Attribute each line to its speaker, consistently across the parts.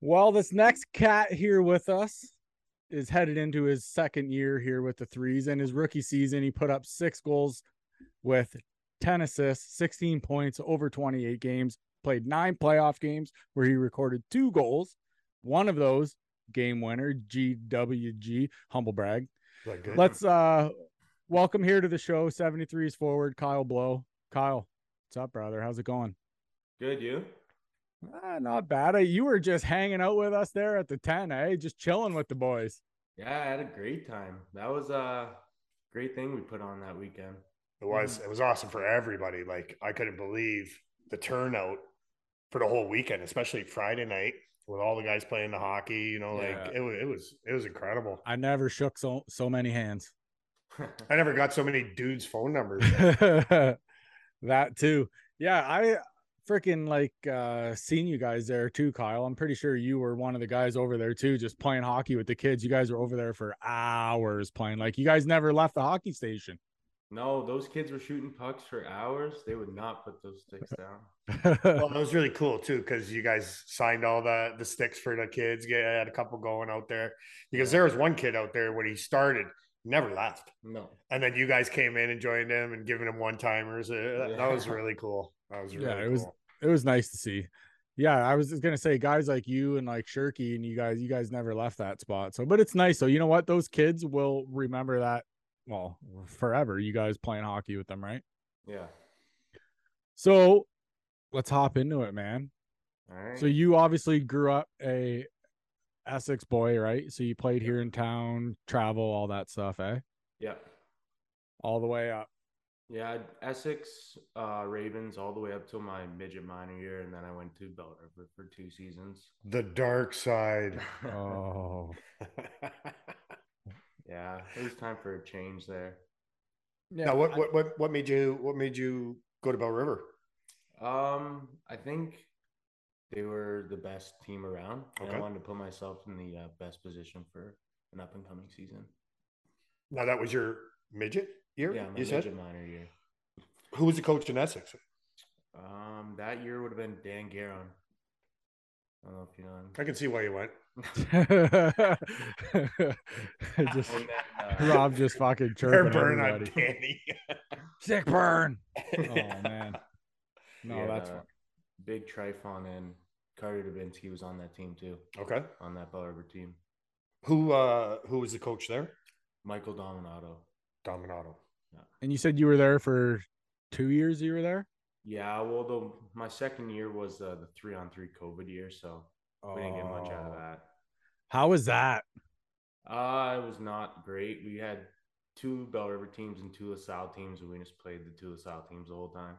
Speaker 1: Well, this next cat here with us is headed into his second year here with the threes. In his rookie season, he put up six goals with 10 assists, 16 points over 28 games, played nine playoff games where he recorded two goals. One of those game winner, GWG, humble brag.
Speaker 2: Is that good?
Speaker 1: Let's uh welcome here to the show 73s forward Kyle Blow. Kyle, what's up, brother? How's it going?
Speaker 3: Good, you?
Speaker 1: Ah, not bad. Eh? You were just hanging out with us there at the 10, eh? Just chilling with the boys.
Speaker 3: Yeah, I had a great time. That was a great thing we put on that weekend.
Speaker 2: It was
Speaker 1: Mm.
Speaker 2: it was awesome for everybody. Like I couldn't believe the turnout for the whole weekend, especially Friday night with all the guys playing the hockey. You know, like
Speaker 3: Yeah.
Speaker 2: it was it was it was incredible.
Speaker 1: I never shook so so many hands.
Speaker 2: I never got so many dudes' phone numbers.
Speaker 1: that too. Yeah, I freaking like uh seen you guys there too, Kyle. I'm pretty sure you were one of the guys over there too, just playing hockey with the kids. You guys were over there for hours playing. Like you guys never left the hockey station.
Speaker 3: no, those kids were shooting pucks for hours. They would not put those sticks down.
Speaker 2: well, it was really cool too because you guys signed all the the sticks for the kids. Get had a couple going out there because there was one kid out there when he started never left,
Speaker 3: No.
Speaker 2: and then you guys came in and joined him and giving him one timers. That, that was
Speaker 3: Yeah.
Speaker 2: really cool. That was really
Speaker 1: Yeah, it
Speaker 2: cool.
Speaker 1: was- it was nice to see. Yeah, I was just gonna say guys like you and like Shirky and you guys, you guys never left that spot. So, but it's nice. So you know what? Those kids will remember that well forever. You guys playing hockey with them, right?
Speaker 3: Yeah.
Speaker 1: So let's hop into it, man.
Speaker 3: All right.
Speaker 1: So you obviously grew up a Essex boy, right? So you played here in town, travel, all that stuff, eh?
Speaker 3: yeah.
Speaker 1: All the way up.
Speaker 3: Yeah. Essex, uh, Ravens, all the way up till my midget minor year. And then I went to Belt River for two seasons.
Speaker 2: the dark side.
Speaker 1: Oh.
Speaker 3: yeah. It was time for a change there.
Speaker 1: Yeah.
Speaker 2: Now, what, what what what made you what made you go to Bell River?
Speaker 3: Um, I think they were the best team around. and I
Speaker 2: Okay.
Speaker 3: wanted to put myself in the uh, best position for an up and coming season.
Speaker 2: Now that was your midget year.
Speaker 3: Yeah, my
Speaker 2: you said
Speaker 3: midget minor year.
Speaker 2: who was the coach in Essex?
Speaker 3: Um, that year would have been Dan Garon. I don't know if you know him.
Speaker 2: I can see why you went.
Speaker 1: just
Speaker 3: And then, uh,
Speaker 1: Rob just fucking
Speaker 2: Hair
Speaker 1: chirping
Speaker 2: burn on
Speaker 1: everybody.
Speaker 2: Danny.
Speaker 1: Sick burn. Oh man. No,
Speaker 3: we had,
Speaker 1: that's
Speaker 3: uh,
Speaker 1: fine.
Speaker 3: Big Trifon and Carter Davinsky was on that team too,
Speaker 1: Oh.
Speaker 2: Okay.
Speaker 3: on that Bell River team.
Speaker 2: Who uh who was the coach there?
Speaker 3: Michael Dominato.
Speaker 2: Dominato.
Speaker 1: And you said you were there for two years. You were there.
Speaker 3: Yeah, well, the, my second year was uh, the three on three COVID year, so we didn't get much out of
Speaker 1: Oh.
Speaker 3: that.
Speaker 1: How was that?
Speaker 3: Uh, it was not great. We had two Bell River teams and two LaSalle teams, and we just played the two LaSalle teams the whole time.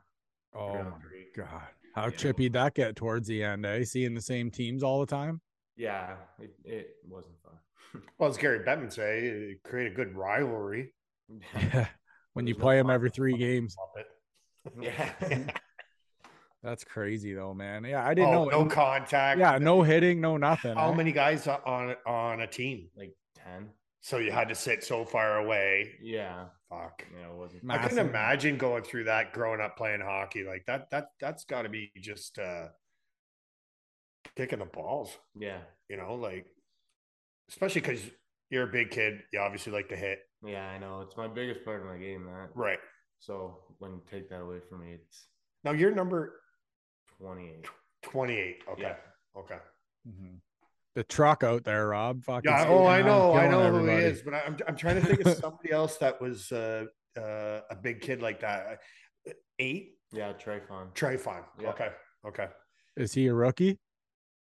Speaker 1: Oh
Speaker 3: Three on
Speaker 1: my
Speaker 3: three.
Speaker 1: god, how
Speaker 3: Yeah.
Speaker 1: chippy that get towards the end? Eh, seeing the same teams all the time.
Speaker 3: Yeah, it, it wasn't fun.
Speaker 2: Well, as Gary Bettman say, it create a good rivalry.
Speaker 1: Yeah. When you
Speaker 3: There's no
Speaker 1: play them
Speaker 3: fun.
Speaker 1: every three games,
Speaker 3: yeah.
Speaker 1: that's crazy though, man. Yeah, I didn't
Speaker 2: oh,
Speaker 1: know.
Speaker 2: no contact.
Speaker 1: yeah, no hitting, no nothing.
Speaker 2: How
Speaker 1: eh?
Speaker 2: many guys are on on a team?
Speaker 3: Like 10.
Speaker 2: So you had to sit so far away.
Speaker 3: Yeah.
Speaker 2: Fuck.
Speaker 3: Yeah, it wasn't
Speaker 1: Ma-
Speaker 2: I
Speaker 1: Massive.
Speaker 2: couldn't imagine going through that growing up playing hockey like that. That that's got to be just uh kicking the balls,
Speaker 3: Yeah.
Speaker 2: you know, like especially because you're a big kid. You obviously like to hit,
Speaker 3: Yeah, I know. It's my biggest part of my game, that.
Speaker 2: right?
Speaker 3: So when you take that away from me, it's
Speaker 2: Now you're number
Speaker 3: 28.
Speaker 2: 28. Okay,
Speaker 3: Yeah.
Speaker 2: okay.
Speaker 1: Mhm. The truck out there, Rob. Fucking
Speaker 2: Yeah. Oh, I
Speaker 1: skating around,
Speaker 2: know, I
Speaker 1: killing
Speaker 2: know who
Speaker 1: everybody.
Speaker 2: he is, but I- I'm I'm trying to think of somebody else that was uh, uh, a big kid like that. Uh, Eight
Speaker 3: Yeah, Trifon.
Speaker 2: Trifon.
Speaker 3: Yeah.
Speaker 2: Okay, okay.
Speaker 1: Is he a rookie?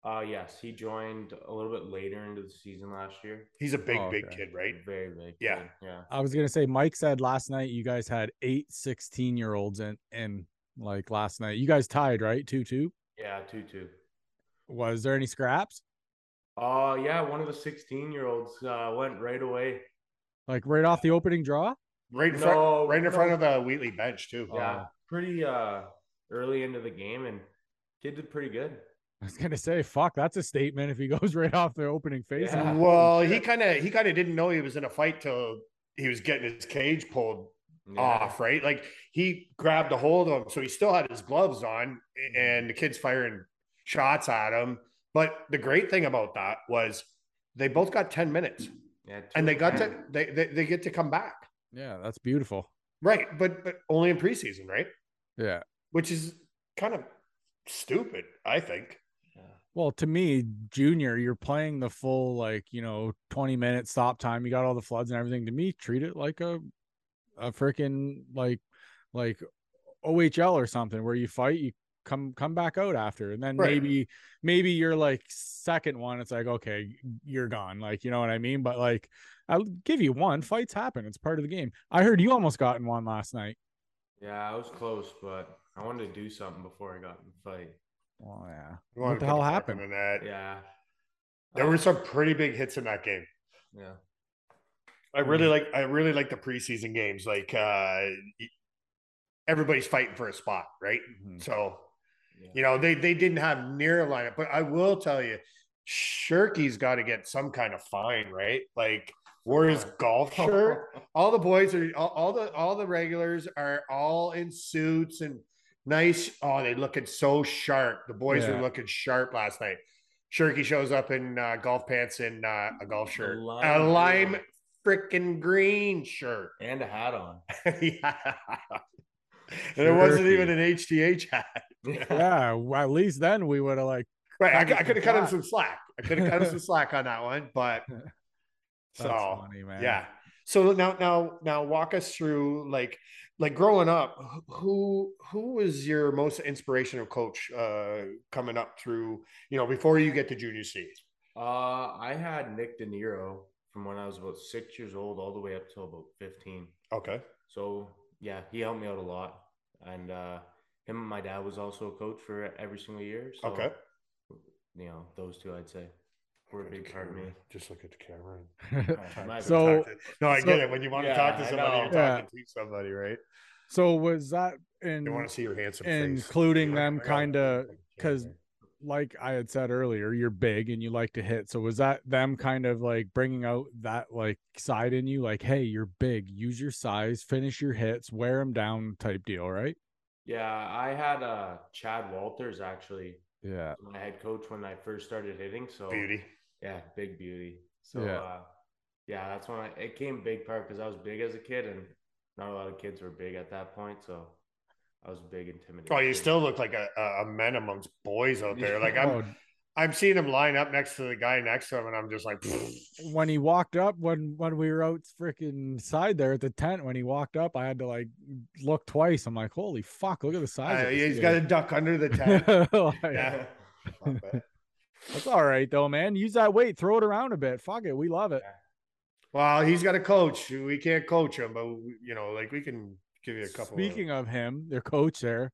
Speaker 3: Uh, yes, he joined a little bit later into the season last year.
Speaker 2: He's a big,
Speaker 1: Oh,
Speaker 2: big
Speaker 1: okay.
Speaker 2: kid, right?
Speaker 3: Very big.
Speaker 2: Yeah.
Speaker 3: kid, Yeah.
Speaker 1: I was gonna say Mike said last night you guys had eight 16 year olds and and like last night you guys tied right two two.
Speaker 3: Yeah, 2 2.
Speaker 1: Was there any scraps?
Speaker 3: Oh yeah, one of the sixteen-year-olds uh, went right away.
Speaker 1: Like right off the opening draw?
Speaker 2: Right in front,
Speaker 3: No,
Speaker 2: right in
Speaker 3: no.
Speaker 2: front of the Wheatley bench too.
Speaker 3: Yeah, pretty uh, early into the game, and kid did pretty good.
Speaker 1: I was gonna say, fuck, that's a statement if he goes right off the opening face.
Speaker 3: Yeah.
Speaker 2: Well, he kind of he kind of didn't know he was in a fight till he was getting his cage pulled
Speaker 3: Yeah.
Speaker 2: off, right? Like he grabbed a
Speaker 1: Mm-hmm.
Speaker 2: hold of him, so he still had his gloves on, and the kid's firing shots at him. But the great thing about that was they both got 10 minutes
Speaker 3: Yeah, two
Speaker 2: and they
Speaker 3: of
Speaker 2: got to
Speaker 3: 10.
Speaker 2: they, they they get to come back.
Speaker 1: Yeah, that's beautiful.
Speaker 2: Right, but but only in preseason, right?
Speaker 1: Yeah.
Speaker 2: Which is kind of stupid, I think.
Speaker 1: Well, to me, junior, you're playing the full like you know 20 minute stop time. You got all the floods and everything. To me, treat it like a a freaking like like OHL or something where you fight, you come come back out after, and then
Speaker 2: Right.
Speaker 1: maybe maybe you're like second one. It's like okay, you're gone. Like you know what I mean. But like I'll give you one. Fights happen. It's part of the game. I heard you almost got in one last night.
Speaker 3: Yeah, I was close, but I wanted to do something before I got in the fight.
Speaker 1: Oh yeah. What
Speaker 2: You wanna
Speaker 1: the
Speaker 2: put
Speaker 1: hell
Speaker 2: mark
Speaker 1: happened?
Speaker 2: on That.
Speaker 3: Yeah.
Speaker 2: There were some pretty big hits in that game.
Speaker 3: Yeah.
Speaker 2: I really like I really like the preseason games. Like uh everybody's fighting for a spot, right?
Speaker 1: Mm-hmm.
Speaker 2: So
Speaker 3: Yeah.
Speaker 2: you know they they didn't have near a lineup, but I will tell you, Shirky's got to get some kind of fine, right? Like wore his golf shirt. All the boys are all, all the all the regulars are all in suits and nice. Oh, they looking so sharp. The boys
Speaker 1: Yeah.
Speaker 2: were looking sharp last night. Shirky shows up in uh, golf pants and uh, a golf shirt,
Speaker 1: Oh,
Speaker 2: a
Speaker 3: lime
Speaker 2: lime
Speaker 3: green.
Speaker 2: freaking green shirt.
Speaker 3: and a hat on.
Speaker 2: yeah. And it wasn't
Speaker 1: Shirky.
Speaker 2: even an HTH hat.
Speaker 1: Yeah. well, at least then we would have like.
Speaker 2: Right. I,
Speaker 1: Cut him
Speaker 2: could
Speaker 1: some
Speaker 2: have cut
Speaker 1: slack.
Speaker 2: him some slack. I could have cut him some slack on that one, but
Speaker 1: That's
Speaker 2: so
Speaker 1: funny, man.
Speaker 2: yeah. So now, now, now, walk us through like, like growing up. Who who was your most inspirational coach uh coming up through? You know, before you get to junior C.
Speaker 3: Uh, I had Nick De Niro from when I was about six years old all the way up till about 15.
Speaker 2: Okay.
Speaker 3: So yeah, he helped me out a lot, and uh, him and my dad was also a coach for every single year. So,
Speaker 2: Okay.
Speaker 3: You know, those two I'd say were a big part of me. Uh,
Speaker 2: Just look at the camera. and
Speaker 3: My
Speaker 1: So-
Speaker 2: talk to- no, I
Speaker 1: so-
Speaker 2: get it. When you want
Speaker 3: Yeah,
Speaker 2: to talk to
Speaker 3: I
Speaker 2: somebody,
Speaker 3: know.
Speaker 2: you're
Speaker 1: Yeah.
Speaker 2: talking to somebody, right?
Speaker 1: So was that
Speaker 2: They
Speaker 1: in
Speaker 2: want to see your handsome face.
Speaker 1: including them
Speaker 2: I gotta-
Speaker 1: kind of because like I had said earlier, you're big and you like to hit. So was that them kind of like bringing out that like side in you, like, hey, you're big, use your size, finish your hits, wear them down, type deal, right?
Speaker 3: Yeah, I had uh, Chad Walters actually
Speaker 1: Yeah,
Speaker 3: my head coach when I first started hitting. So
Speaker 2: beauty.
Speaker 3: Yeah, big beauty. So
Speaker 1: Yeah.
Speaker 3: yeah, uh, yeah that's when I it came big part because I was big as a kid and not a lot of kids were big at that point. So I was big intimidated.
Speaker 2: Oh, you still look like a, a a man amongst boys out there. Like I'm,
Speaker 1: Oh,
Speaker 2: I'm seeing him line up next to the guy next to him, and I'm just like,
Speaker 1: Oh, when he walked up when when we were out freaking side there at the tent when he walked up i had to like look twice i'm like holy fuck look at the size
Speaker 2: uh,
Speaker 1: of
Speaker 2: he's
Speaker 1: this
Speaker 2: got a duck under the tent.
Speaker 1: dude." Like,
Speaker 2: yeah.
Speaker 1: that's all right though man use that weight throw it around a bit fuck it we love it
Speaker 2: well, he's got a coach. We can't coach him, but we- you know, like we can give you a couple.
Speaker 1: speaking of him their coach there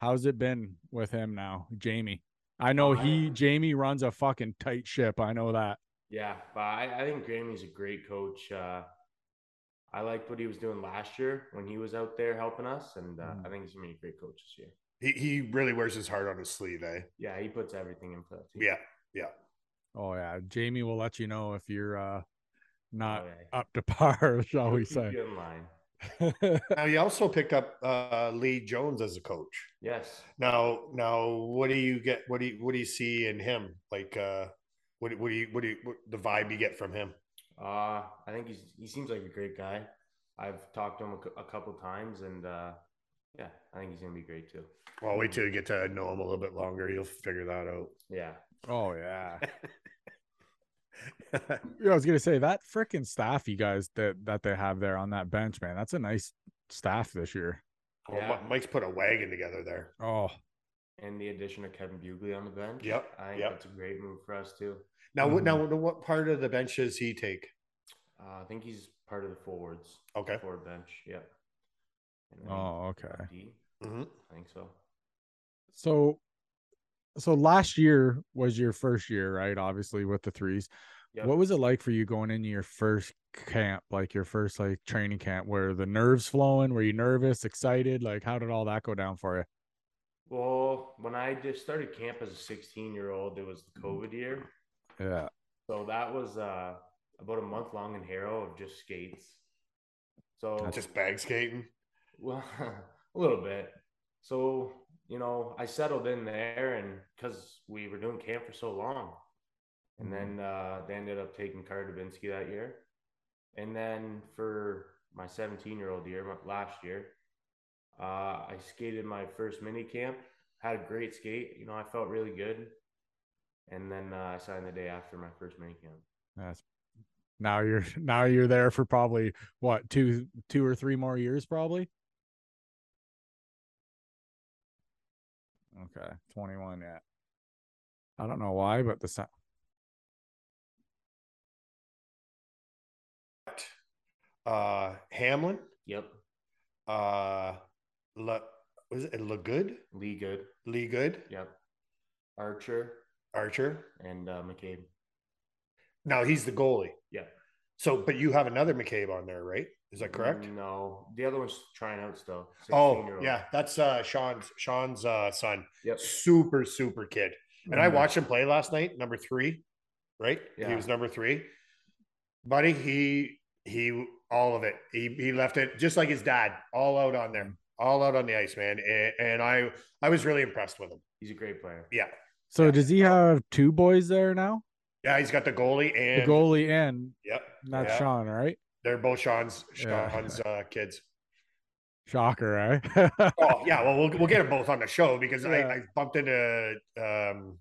Speaker 1: how's it been with him now jamie i know he
Speaker 3: Uh,
Speaker 1: jamie runs a fucking tight ship i know that
Speaker 3: Yeah, but I, I think Grammy's a great coach. Uh, I liked what he was doing last year when he was out there helping us, and uh,
Speaker 1: Mm.
Speaker 3: I think he's gonna be a great coach this year.
Speaker 2: he he really wears his heart on his sleeve, eh?
Speaker 3: Yeah, he puts everything in for that team.
Speaker 2: Yeah,
Speaker 1: oh yeah jamie will let you know if you're uh not
Speaker 3: Oh, yeah.
Speaker 1: up to par shall
Speaker 3: He'll
Speaker 1: we
Speaker 3: keep
Speaker 1: say
Speaker 3: you in line.
Speaker 2: Now you also picked up uh, Lee Jones as a coach.
Speaker 3: Yes.
Speaker 2: Now, now, what do you get? What do you what do you see in him? Like, uh, what do- what do you what do you what, the vibe you get from him?
Speaker 3: Uh, I think he's, he seems like a great guy. I've talked to him a, cou- a couple times, and uh, yeah, I think he's gonna be great too.
Speaker 2: Well, wait till you get to know him a little bit longer. You'll figure that out.
Speaker 3: Yeah,
Speaker 1: oh yeah Yeah, I was gonna say that freaking staff you guys that that they have there on that bench, man. That's a nice staff this year.
Speaker 2: Well, Mi-
Speaker 3: Yeah.
Speaker 2: Mike's put a wagon together there.
Speaker 1: Oh,
Speaker 3: and the addition of Kevin Bugley on the bench.
Speaker 2: Yep,
Speaker 3: I Mm-hmm. think
Speaker 2: yep.
Speaker 3: that's a great move for us too.
Speaker 2: Now, what
Speaker 1: Mhm.
Speaker 2: now, what part of the bench does he take?
Speaker 3: Uh, I think he's part of the forwards,
Speaker 2: Okay.
Speaker 3: forward bench. Yeah. And then
Speaker 1: oh, okay.
Speaker 3: D,
Speaker 2: hmm
Speaker 3: I think so.
Speaker 1: So, so last year was your first year, right? Obviously, with the threes.
Speaker 3: Yep.
Speaker 1: What was it like for you going into your first camp, like your first like training camp? Were the nerves flowing? Were you nervous, excited? Like, how did all that go down for you?
Speaker 3: Well, when I just started camp as a 16 year old, it was the
Speaker 2: Mm-hmm.
Speaker 3: COVID year.
Speaker 1: Yeah.
Speaker 3: So that was uh, about a month long in Harrow of just skates. So
Speaker 2: Just bag skating.
Speaker 3: Well, a little bit. So you know, I settled in there, and because we were doing camp for so long, and then uh, they ended up taking Carter Dubinsky that year, and then for my 17 year old year, my, last year, uh, I skated my first mini camp. Had a great skate, you know, I felt really good, and then uh, I signed the day after my first mini camp.
Speaker 1: That's now you're now you're there for probably what two two or three more years probably. Okay, twenty one yet. I don't know why, but the sound.
Speaker 2: Uh, Hamlin,
Speaker 3: Yep,
Speaker 2: uh, Le, was it Legood?
Speaker 3: Lee Good.
Speaker 2: Lee Good,
Speaker 3: Yep, Archer
Speaker 2: Archer.
Speaker 3: and uh, McCabe.
Speaker 2: Now he's the goalie.
Speaker 3: Yeah.
Speaker 2: So, but you have another McCabe on there, right? Is that correct?
Speaker 3: No, the other one's trying out still.
Speaker 2: Oh,
Speaker 3: 16-year-old.
Speaker 2: yeah, that's uh, Sean's Sean's uh, son.
Speaker 3: Yep.
Speaker 2: Super super kid. And I
Speaker 3: Mhm.
Speaker 2: watched him play last night, number three, right? He
Speaker 3: Yeah.
Speaker 2: was number three. Buddy, he he all of it. He he left it just like his dad, all out on there, all out on the ice, man. And, and I I was really impressed with him.
Speaker 3: He's a great player.
Speaker 2: Yeah.
Speaker 1: So does he have two boys there now?
Speaker 2: Yeah, he's got the goalie and
Speaker 1: the goalie and
Speaker 2: Yep.
Speaker 1: not
Speaker 2: Yeah.
Speaker 1: Sean, right?
Speaker 2: They're both Sean's
Speaker 1: Yeah.
Speaker 2: Sean's uh, kids.
Speaker 1: Shocker, right?
Speaker 2: Oh yeah, well we'll, we'll get them both on the show because
Speaker 1: Yeah.
Speaker 2: I, I bumped into um,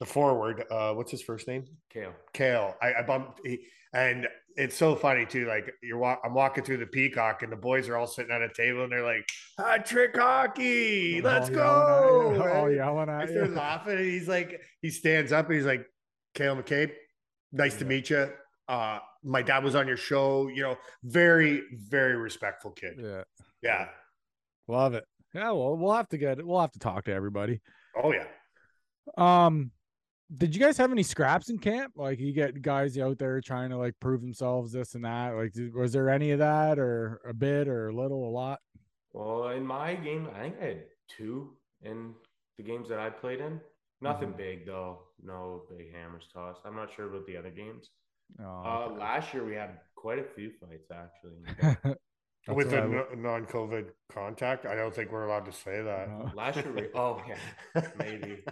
Speaker 2: the forward. Uh, what's his first name?
Speaker 3: Kale.
Speaker 2: Kale. I, I bumped he, and it's so funny too. Like you're, wa- I'm walking through the Peacock and the boys are all sitting at a table and they're like, ah, "Trick hockey, let's
Speaker 1: All
Speaker 2: go!"
Speaker 1: yelling at you. All
Speaker 2: right?
Speaker 1: yelling
Speaker 2: Like,
Speaker 1: at
Speaker 2: They're
Speaker 1: you.
Speaker 2: laughing and he's like, he stands up and he's like, "Kale McCabe, nice to
Speaker 3: Yeah.
Speaker 2: meet you. Uh, my dad was on your show. You know, very, very respectful kid.
Speaker 1: Yeah,
Speaker 2: Yeah.
Speaker 1: love it. Yeah, well, we'll have to get we'll have to talk to everybody.
Speaker 2: Oh yeah.
Speaker 1: Um, did you guys have any scraps in camp? Like you get guys out there trying to like prove themselves, this and that. Like, did, was there any of that, or a bit, or a little, a lot?
Speaker 3: Well, in my game, I think I had two in the games that I played in. Nothing
Speaker 2: Mm-hmm.
Speaker 1: Mhm.
Speaker 3: big though. No big hammers tossed. I'm not sure about the other games.
Speaker 1: Oh,
Speaker 3: Uh,
Speaker 1: okay.
Speaker 3: last year we had quite a few fights actually.
Speaker 1: That's
Speaker 2: With
Speaker 1: what
Speaker 2: the
Speaker 1: I w-
Speaker 2: no- non-COVID contact, I don't think we're allowed to say that.
Speaker 1: no.
Speaker 3: last year we. Oh yeah, maybe.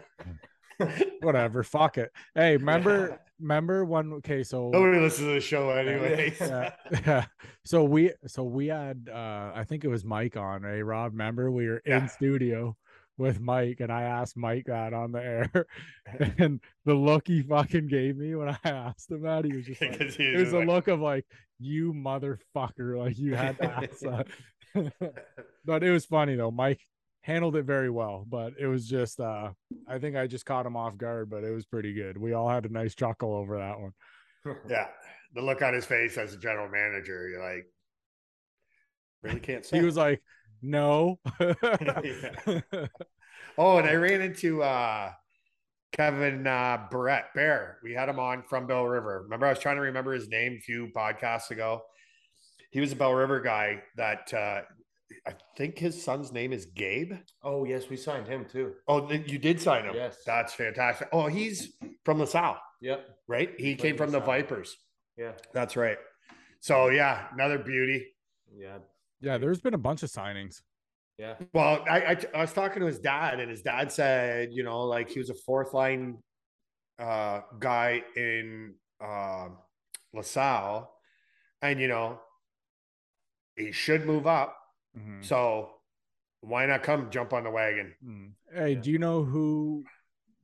Speaker 1: whatever, fuck it. Hey, remember, remember one? Okay, so
Speaker 2: Nobody listens to the show anyway.
Speaker 1: yeah, yeah. So we so we had uh I think it was Mike on, right? Rob, remember we were
Speaker 2: Yeah.
Speaker 1: in studio with Mike and I asked Mike that on the air and the look he fucking gave me when I asked him that, he was just like
Speaker 2: Because he
Speaker 1: it
Speaker 2: was
Speaker 1: was a
Speaker 2: like-
Speaker 1: look of like you motherfucker, like you had to ask that. but it was funny though. Mike handled it very well, but it was just uh I think I just caught him off guard, but it was pretty good. We all had a nice chuckle over that one.
Speaker 2: yeah, the look on his face as a general manager, you're like, really can't say.
Speaker 1: He was like, no.
Speaker 2: Yeah. oh, and I ran into uh, Kevin uh, Barrett Bear. We had him on from Bell River. Remember, I was trying to remember his name a few podcasts ago. He was a Bell River guy that uh, I think his son's name is Gabe.
Speaker 3: oh yes, we signed him too.
Speaker 2: Oh, th- you did sign him.
Speaker 3: Yes.
Speaker 2: That's fantastic. Oh, he's from LaSalle,
Speaker 3: Yep.
Speaker 2: right? He
Speaker 3: He
Speaker 2: came
Speaker 3: played
Speaker 2: from the
Speaker 3: LaSalle.
Speaker 2: Vipers.
Speaker 3: Yeah.
Speaker 2: That's right. So yeah, another beauty.
Speaker 3: Yeah.
Speaker 1: yeah, there's been a bunch of signings.
Speaker 3: Yeah.
Speaker 2: Well, I, I I was talking to his dad, and his dad said, you know, like he was a fourth line uh, guy in uh, LaSalle, and you know, he should move up.
Speaker 3: Mm-hmm.
Speaker 2: So why not come jump on the wagon?
Speaker 1: Mm. Hey,
Speaker 3: Yeah.
Speaker 1: do you know who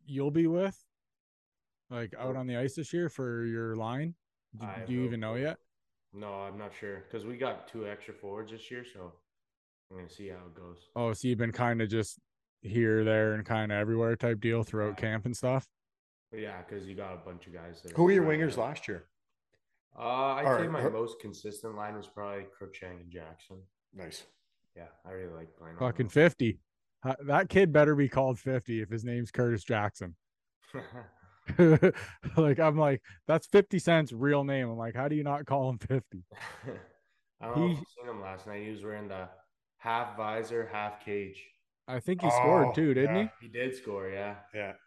Speaker 1: you'll be with? Like out on the ice this year for your line? Do,
Speaker 3: I
Speaker 1: do you
Speaker 3: hope-
Speaker 1: even know yet?
Speaker 3: No, I'm not sure because we got two extra forwards this year, so I'm gonna see how it goes.
Speaker 1: Oh, so you've been kind of just here, there, and kind of everywhere type deal throughout
Speaker 3: Yeah.
Speaker 1: camp and stuff.
Speaker 3: Yeah, because you got a bunch of guys. That
Speaker 2: Who were your
Speaker 3: right
Speaker 2: wingers
Speaker 3: now.
Speaker 2: last year?
Speaker 3: Uh, I'd
Speaker 2: Or-
Speaker 3: say my
Speaker 2: or-
Speaker 3: most consistent line was probably Crookshank and Jackson.
Speaker 2: Nice.
Speaker 3: Yeah, I really like playing. on
Speaker 1: Fucking
Speaker 3: those.
Speaker 1: fifty. Uh, That kid better be called fifty if his name's Curtis Jackson. like I'm like that's fifty cents real name. I'm like, how do you not call him fifty?
Speaker 3: I don't know if
Speaker 1: He-
Speaker 3: you seen him last night. He was wearing the half visor, half cage.
Speaker 1: I think he scored
Speaker 2: Oh,
Speaker 1: too, didn't
Speaker 2: yeah.
Speaker 1: he?
Speaker 3: He did score, yeah.
Speaker 2: It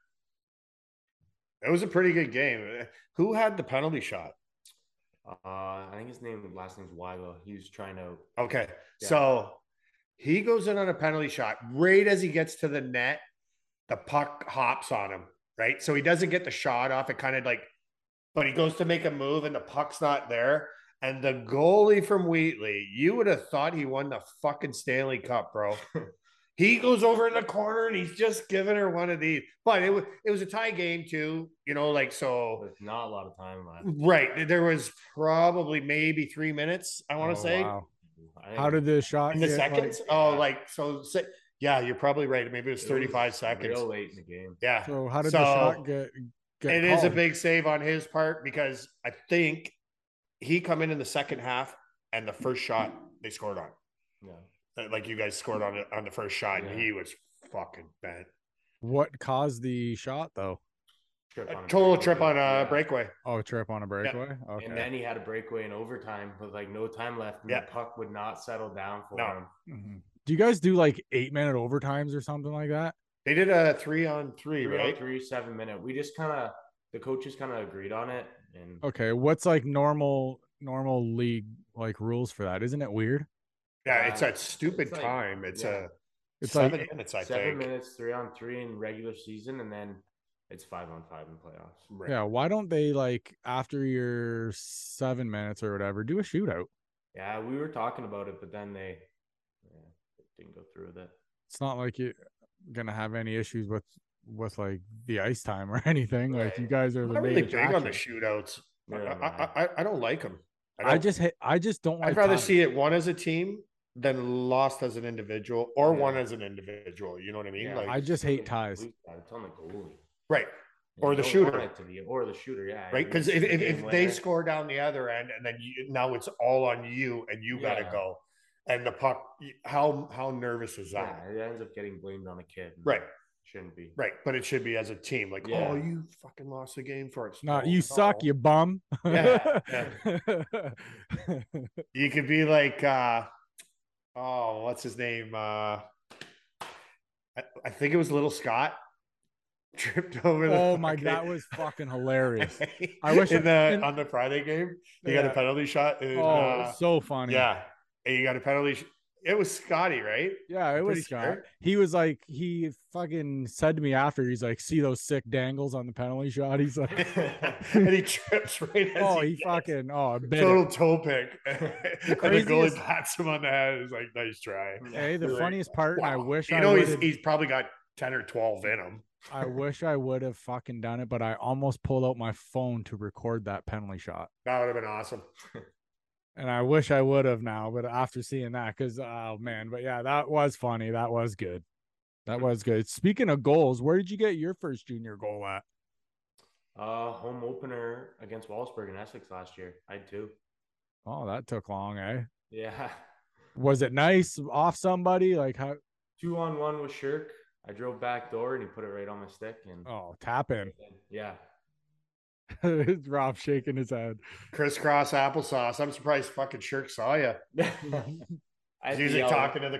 Speaker 2: was a pretty good game. Who had the penalty shot?
Speaker 3: Uh, I think his name, last name's Weigel. He was trying to.
Speaker 2: Okay.
Speaker 3: Yeah.
Speaker 2: So He goes in on a penalty shot right as he gets to the net. The puck hops on him, right? So he doesn't get the shot off. It kind of like, but he goes to make a move and the puck's not there. And the goalie from Wheatley, you would have thought he won the fucking Stanley Cup, bro. he goes over in the corner and he's just giving her one of these. But it was it was a tie game too, you know, like so.
Speaker 3: There's not a lot of time
Speaker 2: Mm.
Speaker 3: left.
Speaker 2: Right, there was probably maybe three minutes. I want to
Speaker 1: Oh,
Speaker 2: say
Speaker 1: wow.
Speaker 3: I
Speaker 1: How
Speaker 3: think
Speaker 1: did the shot
Speaker 2: in the
Speaker 1: get, like-
Speaker 2: seconds. oh, like so. Say, yeah, you're probably right. Maybe it was
Speaker 3: it
Speaker 2: 35
Speaker 3: was
Speaker 2: seconds.
Speaker 3: Real late in the game.
Speaker 2: Yeah,
Speaker 1: so how did the
Speaker 2: So,
Speaker 1: shot get? get
Speaker 2: it is a
Speaker 1: called?
Speaker 2: big save on his part because I think he come in in the second half and the first shot they scored on.
Speaker 3: Yeah.
Speaker 2: Uh, like you guys scored on it on the first shot,
Speaker 3: Yeah.
Speaker 2: and he was fucking bent.
Speaker 1: What caused the shot though?
Speaker 3: Trip
Speaker 2: A
Speaker 3: on
Speaker 2: total
Speaker 3: breakaway.
Speaker 2: trip on a
Speaker 3: Yeah.
Speaker 2: breakaway.
Speaker 1: Oh, trip on a breakaway. Okay.
Speaker 3: And then he had a breakaway in overtime with like no time left. And
Speaker 2: Yeah.
Speaker 3: the puck would not settle down for
Speaker 2: No.
Speaker 3: him.
Speaker 1: Mhm. Do you guys do like eight minute overtimes or something like that?
Speaker 2: They did a three on three,
Speaker 3: Three,
Speaker 2: right?
Speaker 3: on three seven minute. We just kind of the coaches kind of agreed on it, and
Speaker 2: Oh,
Speaker 1: Okay. What's like normal normal league like rules for that? Isn't it weird?
Speaker 2: Yeah, it's
Speaker 3: Yeah.
Speaker 2: a stupid
Speaker 3: It's like-
Speaker 2: time. It's
Speaker 3: yeah.
Speaker 2: a
Speaker 1: It's
Speaker 2: seven
Speaker 1: like
Speaker 2: minutes, I
Speaker 3: seven
Speaker 2: think.
Speaker 3: minutes, three on three in regular season, and then it's five on five in playoffs.
Speaker 2: Right.
Speaker 1: yeah. Why don't they like after your seven minutes or whatever do a shootout?
Speaker 3: Yeah, we were talking about it, but then they yeah, it didn't go through with it.
Speaker 1: It's not like you're gonna have any issues with with like the ice time or anything. Like
Speaker 3: Right.
Speaker 1: you guys are
Speaker 2: I'm
Speaker 1: the
Speaker 2: not really
Speaker 1: main
Speaker 2: big on the
Speaker 1: attraction.
Speaker 2: shootouts. I-
Speaker 3: Yeah,
Speaker 2: I, I, I, I don't like them.
Speaker 1: I just hate, I just don't like
Speaker 2: I'd rather
Speaker 1: time.
Speaker 2: see it won as a team than lost as an individual or
Speaker 3: Yeah.
Speaker 2: one as an individual. You know what I mean?
Speaker 3: Yeah,
Speaker 2: like
Speaker 1: I just hate
Speaker 3: It's
Speaker 1: ties.
Speaker 3: on the- It's on the goalie
Speaker 2: right,
Speaker 3: Yeah,
Speaker 2: Or
Speaker 3: you
Speaker 2: the
Speaker 3: don't want
Speaker 2: shooter.
Speaker 3: it to be- or the shooter. Yeah,
Speaker 2: right.
Speaker 3: you
Speaker 2: Because
Speaker 3: see
Speaker 2: if,
Speaker 3: the
Speaker 2: if,
Speaker 3: game
Speaker 2: if they
Speaker 3: winner.
Speaker 2: score down the other end and then you, now it's all on you and you got to
Speaker 3: Yeah.
Speaker 2: go and the puck. How how nervous is that?
Speaker 3: yeah, it ends up getting blamed on a kid. and
Speaker 2: Right.
Speaker 3: shouldn't be.
Speaker 2: Right, but it should be as a team. Like,
Speaker 3: Yeah.
Speaker 2: oh, you fucking lost the game for us.
Speaker 1: No,
Speaker 2: No,
Speaker 1: you suck,
Speaker 2: no.
Speaker 1: you bum.
Speaker 2: Yeah, You could be like, uh, oh, what's his name? Uh, I, I think it was Little Scott tripped over. The
Speaker 1: oh my,
Speaker 2: fucking-
Speaker 1: that was fucking hilarious. I wish I-
Speaker 2: in the
Speaker 1: in-
Speaker 2: on the Friday game he got
Speaker 1: Yeah.
Speaker 2: a penalty shot. and,
Speaker 1: Oh,
Speaker 2: uh,
Speaker 1: so funny.
Speaker 2: yeah, and you got a penalty. Sh- it was Scotty, right?
Speaker 1: Yeah, it was
Speaker 2: Pretty
Speaker 1: Scott.
Speaker 2: sure.
Speaker 1: He was like, he fucking said to me after, he's like, see those sick dangles on the penalty shot? He's like,
Speaker 2: and he trips right. As
Speaker 1: oh, he
Speaker 2: gets-
Speaker 1: fucking, oh, I bit it.
Speaker 2: total toe pick. and the goalie
Speaker 1: craziest-
Speaker 2: pats him on the head. It's like, nice try.
Speaker 1: Hey, the
Speaker 2: Like,
Speaker 1: funniest part, and I
Speaker 2: wow.
Speaker 1: wish
Speaker 2: you
Speaker 1: I
Speaker 2: know he's,
Speaker 1: would've-
Speaker 2: he's probably got ten or twelve in him.
Speaker 1: I wish I would have fucking done it, but I almost pulled out my phone to record that penalty shot.
Speaker 2: That would have been awesome.
Speaker 1: And I wish I would have now, but after seeing that, because oh man, but yeah, that was funny. That was good. That was good. Speaking of goals, where did you get your first junior goal at?
Speaker 3: Uh, home opener against Wolfsburg in Essex last year. I had two.
Speaker 1: Oh, that took long, eh?
Speaker 3: Yeah,
Speaker 1: Was it nice off somebody? Like how
Speaker 3: two on one with Shirk. I drove back door and he put it right on my stick and
Speaker 1: oh tap in.
Speaker 3: yeah,
Speaker 1: Rob shaking his head.
Speaker 2: Crisscross applesauce. I'm surprised fucking Shirk saw you.
Speaker 3: I had
Speaker 2: He's
Speaker 3: to
Speaker 2: usually
Speaker 3: yell-
Speaker 2: talking to the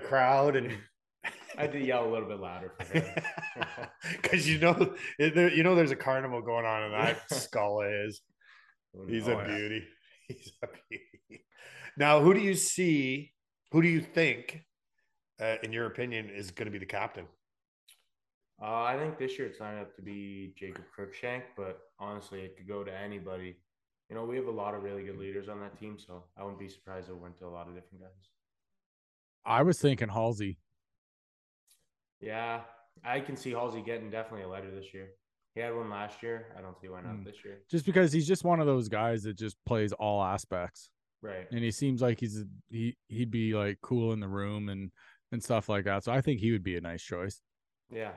Speaker 2: crowd and
Speaker 3: I had to yell a little bit louder for him.
Speaker 2: because you know there- you know there's a carnival going on and that skull is. He's
Speaker 3: Oh,
Speaker 2: a
Speaker 3: yeah.
Speaker 2: beauty. He's a beauty. Now, who do you see? Who do you think, uh, in your opinion, is going to be the captain?
Speaker 3: Uh, I think this year it's lined up to be Jacob Cruikshank, but honestly, it could go to anybody. You know, we have a lot of really good leaders on that team, so I wouldn't be surprised if it went to a lot of different guys.
Speaker 1: I was thinking Halsey.
Speaker 3: Yeah, I can see Halsey getting definitely a letter this year. He had one last year. I don't see why not
Speaker 1: Hmm.
Speaker 3: this year.
Speaker 1: Just because he's just one of those guys that just plays all aspects.
Speaker 3: Right.
Speaker 1: And he seems like he's a- he he'd be like cool in the room and and stuff like that. So I think he would be a nice choice.
Speaker 3: Yeah.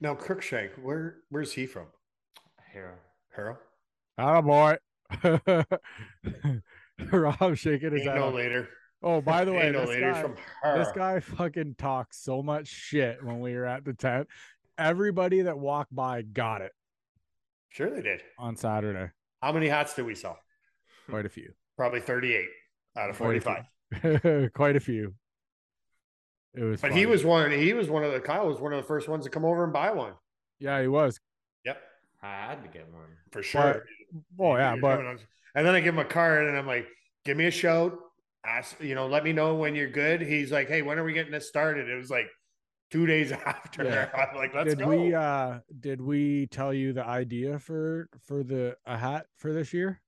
Speaker 2: Now, Crookshank, where where's he from?
Speaker 3: Harrow.
Speaker 2: Harold.
Speaker 1: Oh boy. Rob shaking his
Speaker 2: Ain't
Speaker 1: head.
Speaker 2: no
Speaker 1: off.
Speaker 2: later.
Speaker 1: Oh, by the way,
Speaker 2: Ain't no
Speaker 1: this
Speaker 2: later's
Speaker 1: guy-
Speaker 2: from her.
Speaker 1: This guy fucking talks so much shit when we were at the tent. Everybody that walked by got it
Speaker 2: Sure, they did.
Speaker 1: on Saturday.
Speaker 2: How many hats did we sell?
Speaker 1: Quite a few.
Speaker 2: Probably 38 out of 45.
Speaker 1: Quite a few. It was
Speaker 2: But
Speaker 1: fun.
Speaker 2: he was one. He was one of the. Kyle was one of the first ones to come over and buy one.
Speaker 1: Yeah, he was.
Speaker 2: Yep,
Speaker 3: I had to get one.
Speaker 2: for sure.
Speaker 1: Oh yeah,
Speaker 2: You're
Speaker 1: but
Speaker 2: coming on- and then I give him a card, and I'm like, "Give me a shout. ask, you know, let me know when you're good. He's like, hey, when are we getting this started? It was like two days after.
Speaker 1: Yeah.
Speaker 2: I'm like, let's
Speaker 1: did
Speaker 2: go.
Speaker 1: we uh did we tell you the idea for for the a hat for this year?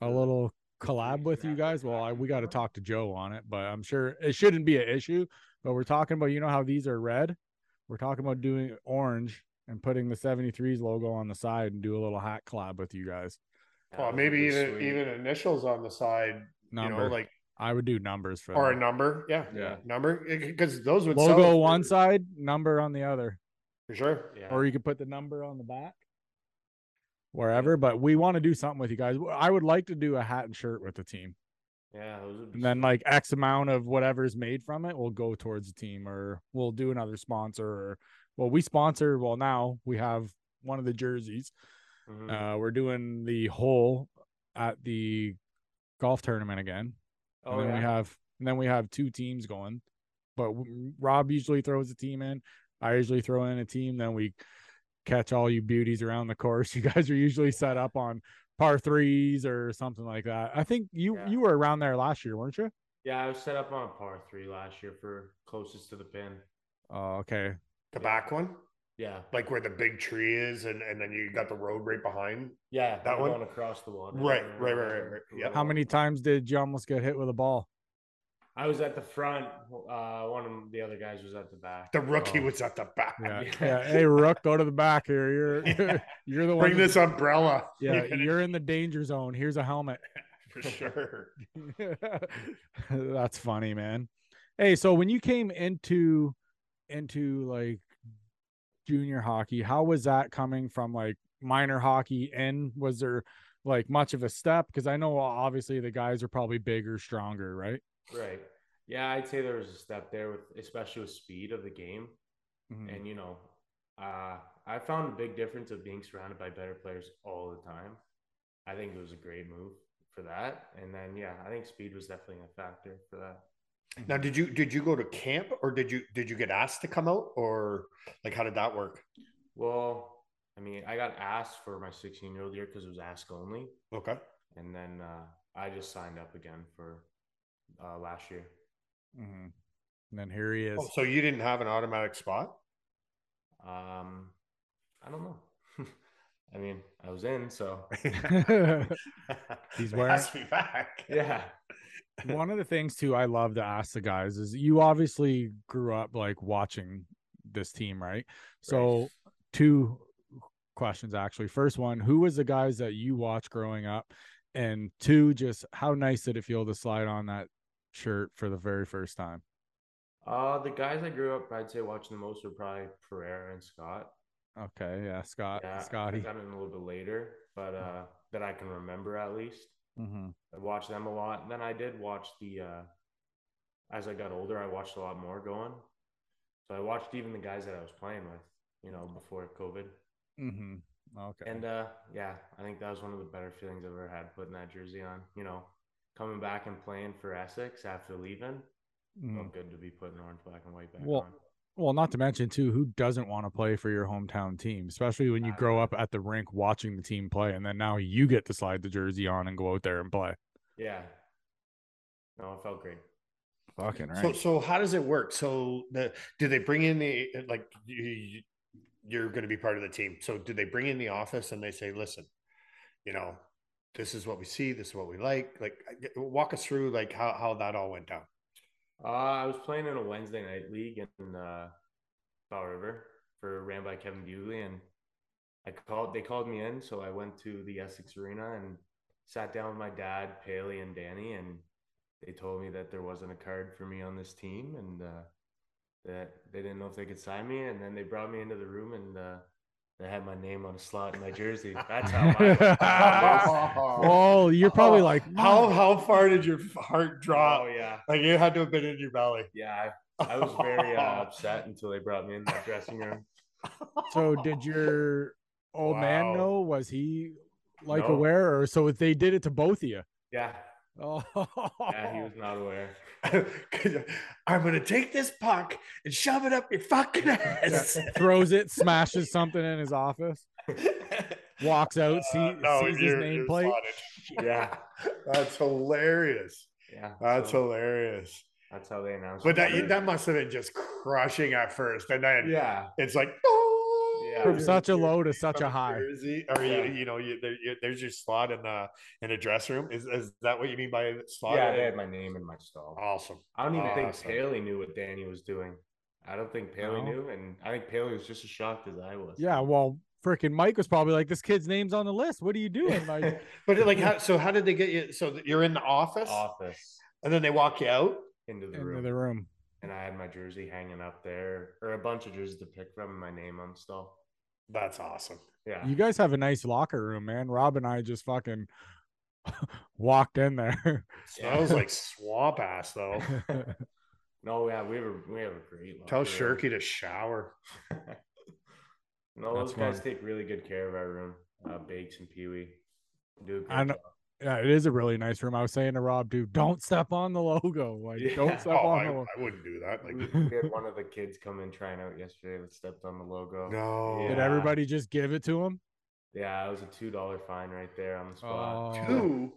Speaker 1: A
Speaker 2: Uh,
Speaker 1: little collab with you guys. Well, I, we got to
Speaker 2: Uh-huh.
Speaker 1: talk to Joe on it, but I'm sure it shouldn't be an issue. But we're talking about you know how these are red. We're talking about doing orange and putting the 73s logo on the side and do a little hat collab with you guys.
Speaker 2: well,
Speaker 3: That would
Speaker 2: maybe
Speaker 3: be
Speaker 2: even
Speaker 3: Oh, sweet.
Speaker 2: even initials on the side,
Speaker 1: Number.
Speaker 2: you know, like
Speaker 1: I would do numbers for
Speaker 2: or a
Speaker 1: that.
Speaker 2: number. Yeah.
Speaker 3: yeah,
Speaker 2: Number because those would sell
Speaker 1: logo
Speaker 2: for-
Speaker 1: one side, number on the other.
Speaker 2: for sure.
Speaker 3: yeah.
Speaker 1: or you could put the number on the back wherever but we want to do something with you guys W- i would like to do a hat and shirt with the team
Speaker 3: yeah, those would be
Speaker 1: and then
Speaker 3: sweet.
Speaker 1: like x amount of whatever's made from it will go towards the team or we'll do another sponsor or well we sponsor well now we have one of the jerseys
Speaker 3: Mhm.
Speaker 1: uh we're doing the whole at the golf tournament again
Speaker 3: oh,
Speaker 1: and then
Speaker 3: yeah.
Speaker 1: we have and then we have two teams going. But w- Rob usually throws a team in. I usually throw in a team. Then we catch all you beauties around the course. You guys are usually set up on par threes or something like that. I think you
Speaker 3: Yeah.
Speaker 1: you were around there last year, weren't you?
Speaker 3: yeah, I was set up on a par three last year for closest to the pin.
Speaker 1: Oh, okay.
Speaker 2: The back one,
Speaker 3: Yeah,
Speaker 2: like where the big tree is, and, and then you got the road right behind.
Speaker 3: yeah,
Speaker 2: That
Speaker 3: we're
Speaker 2: one?
Speaker 3: going across the water.
Speaker 2: Right,
Speaker 3: Yeah,
Speaker 2: right, right, right, right.
Speaker 3: the
Speaker 2: Yeah.
Speaker 3: little-
Speaker 1: How many times did you almost get hit with a ball?
Speaker 3: I was at the front. Uh, one of the other guys was at the back.
Speaker 2: The rookie
Speaker 3: Oh.
Speaker 2: was at the back.
Speaker 1: Yeah.
Speaker 3: Yeah.
Speaker 1: yeah. Hey, Rook, go to the back here. You're you're the one.
Speaker 2: Bring
Speaker 1: that-
Speaker 2: this umbrella.
Speaker 1: Yeah,
Speaker 2: You're gonna-
Speaker 1: you're in the danger zone. Here's a helmet.
Speaker 2: for sure.
Speaker 1: That's funny, man. Hey, so when you came into into like junior hockey, how was that coming from like minor hockey and was there like much of a step because I know obviously the guys are probably bigger, stronger, right?
Speaker 3: Right. Yeah, I'd say there was a step there with especially with speed of the game.
Speaker 1: Mm-hmm.
Speaker 3: And you know, uh, I found a big difference of being surrounded by better players all the time. I think it was a great move for that. And then yeah, I think speed was definitely a factor for that.
Speaker 2: Now, did you did you go to camp or did you did you get asked to come out or like how did that work?
Speaker 3: Well, I mean, I got asked for my 16 year old year because it was ask only,
Speaker 2: Okay.
Speaker 3: and then uh, I just signed up again for uh, last year.
Speaker 1: Mhm. And then here he is.
Speaker 2: Oh, so you didn't have an automatic spot?
Speaker 3: Um, I don't know. I mean, I was in, so
Speaker 1: He's
Speaker 2: They
Speaker 1: wearing-
Speaker 2: asked me back.
Speaker 3: yeah.
Speaker 1: one of the things too I love to ask the guys is you obviously grew up like watching this team, right? So two questions actually. First one, who was the guys that you watched growing up? And two, just how nice did it feel to slide on that shirt for the very first time?
Speaker 3: Uh, the guys I grew up, I'd say watching the most were probably Pereira and Scott.
Speaker 1: Okay, yeah, Scott,
Speaker 3: yeah, I
Speaker 1: Uh, Scotty.
Speaker 3: got in a little bit later, but uh, that I can remember at least.
Speaker 1: hmm
Speaker 3: I watched them a lot, and then I did watch the. Uh, as I got older, I watched a lot more going, so I watched even the guys that I was playing with, you know, before COVID.
Speaker 1: hmm Okay.
Speaker 3: And uh, yeah, I think that was one of the better feelings I've ever had putting that jersey on. You know, coming back and playing for Essex after leaving,
Speaker 1: Mhm.
Speaker 3: felt good to be putting orange, black, and white back
Speaker 1: Well,
Speaker 3: on.
Speaker 1: Well, not to mention too, who doesn't want to play for your hometown team, especially when you grow up at the rink watching the team play, and then now you get to slide the jersey on and go out there and play.
Speaker 3: Yeah. No, it felt great.
Speaker 1: Fucking
Speaker 2: So so how does it work? So the do they bring in the like you, you- you're going to be part of the team? So do they bring in the office and they say, listen, you know, this is what we see, this is what we like. Like walk us through like how how that all went down.
Speaker 3: Uh, I was playing in a Wednesday night league in uh, Bow River for ran by Kevin Bewley, and I called. They called me in, so I went to the Essex Arena and sat down with my dad, Paley, and Danny, and they told me that there wasn't a card for me on this team, and uh, that they didn't know if they could sign me. And then they brought me into the room, and uh, they had my name on a slot in my jersey. That's how. I
Speaker 1: Oh, you're probably
Speaker 2: Oh,
Speaker 1: like
Speaker 2: How how far did your heart drop?
Speaker 3: Oh yeah.
Speaker 2: Like it had to have been in your belly.
Speaker 3: Yeah, I, I was very uh, upset until they brought me in that dressing room.
Speaker 1: So did your old man
Speaker 2: Wow.
Speaker 1: know? Was he like
Speaker 3: No.
Speaker 1: aware, or so they did it to both of you?
Speaker 3: Yeah,
Speaker 1: Oh,
Speaker 3: yeah, he was not aware.
Speaker 2: 'Cause I'm gonna take this puck and shove it up your fucking ass.
Speaker 3: Uh,
Speaker 1: throws it, smashes something in his office, walks out, see,
Speaker 2: Uh, no,
Speaker 1: sees his
Speaker 2: you're- you're
Speaker 1: nameplate.
Speaker 2: slotted.
Speaker 3: Yeah,
Speaker 2: That's hilarious.
Speaker 1: Uh,
Speaker 3: Yeah,
Speaker 2: That's
Speaker 3: so
Speaker 2: hilarious.
Speaker 3: that's how they announced.
Speaker 2: But
Speaker 3: it.
Speaker 2: that that must have been just crushing at first, and then
Speaker 3: yeah,
Speaker 2: it's like oh,
Speaker 3: Yeah.
Speaker 1: From
Speaker 2: you're-
Speaker 1: such a
Speaker 2: you're-
Speaker 1: low to such
Speaker 2: from
Speaker 1: a high.
Speaker 2: Jersey, or you,
Speaker 3: Yeah.
Speaker 2: you know, you, there, you, there's your slot in the in a dress room. Is is that what you mean by slot?
Speaker 3: yeah, they had my name in my stall.
Speaker 2: awesome.
Speaker 3: I don't even think
Speaker 2: Awesome.
Speaker 3: Paley knew what Danny was doing. I don't think Paley
Speaker 1: No.
Speaker 3: knew, and I think Paley was just as shocked as I was.
Speaker 1: Yeah, well, freaking Mike was probably like, "This kid's name's on the list. What are you doing?" Like,
Speaker 2: but like, how, so how did they get you? So that you're in the office,
Speaker 3: Uh, office
Speaker 2: and then they walk you out.
Speaker 3: into the
Speaker 1: into
Speaker 3: room,
Speaker 1: the room.
Speaker 3: and I had my jersey hanging up there, or a bunch of jerseys to pick from, and my name on the stall.
Speaker 2: That's awesome.
Speaker 3: Yeah,
Speaker 1: You guys have a nice locker room, man. Rob and I just fucking walked in there.
Speaker 2: Smells like swamp ass though.
Speaker 3: no, yeah, we have a we have a great.
Speaker 2: Tell
Speaker 3: locker room.
Speaker 2: Shirky to shower.
Speaker 3: No,
Speaker 1: That's
Speaker 3: those guys
Speaker 1: fun.
Speaker 3: take really good care of our room. Uh, Bakes and Pee Wee do a great
Speaker 1: I know-
Speaker 3: job.
Speaker 1: yeah, it is a really nice room. I was saying to Rob, dude, don't step on the logo. Like,
Speaker 3: Yeah.
Speaker 1: don't
Speaker 2: Oh,
Speaker 1: step on
Speaker 2: I,
Speaker 1: the logo.
Speaker 2: I wouldn't do that.
Speaker 3: we,
Speaker 2: Like,
Speaker 3: we had one of the kids come in trying out yesterday that stepped on the logo.
Speaker 2: no.
Speaker 1: Did
Speaker 3: Yeah.
Speaker 1: everybody just give it to him?
Speaker 3: Yeah, it was a two dollar fine right there on the spot.
Speaker 1: Oh.
Speaker 2: Two.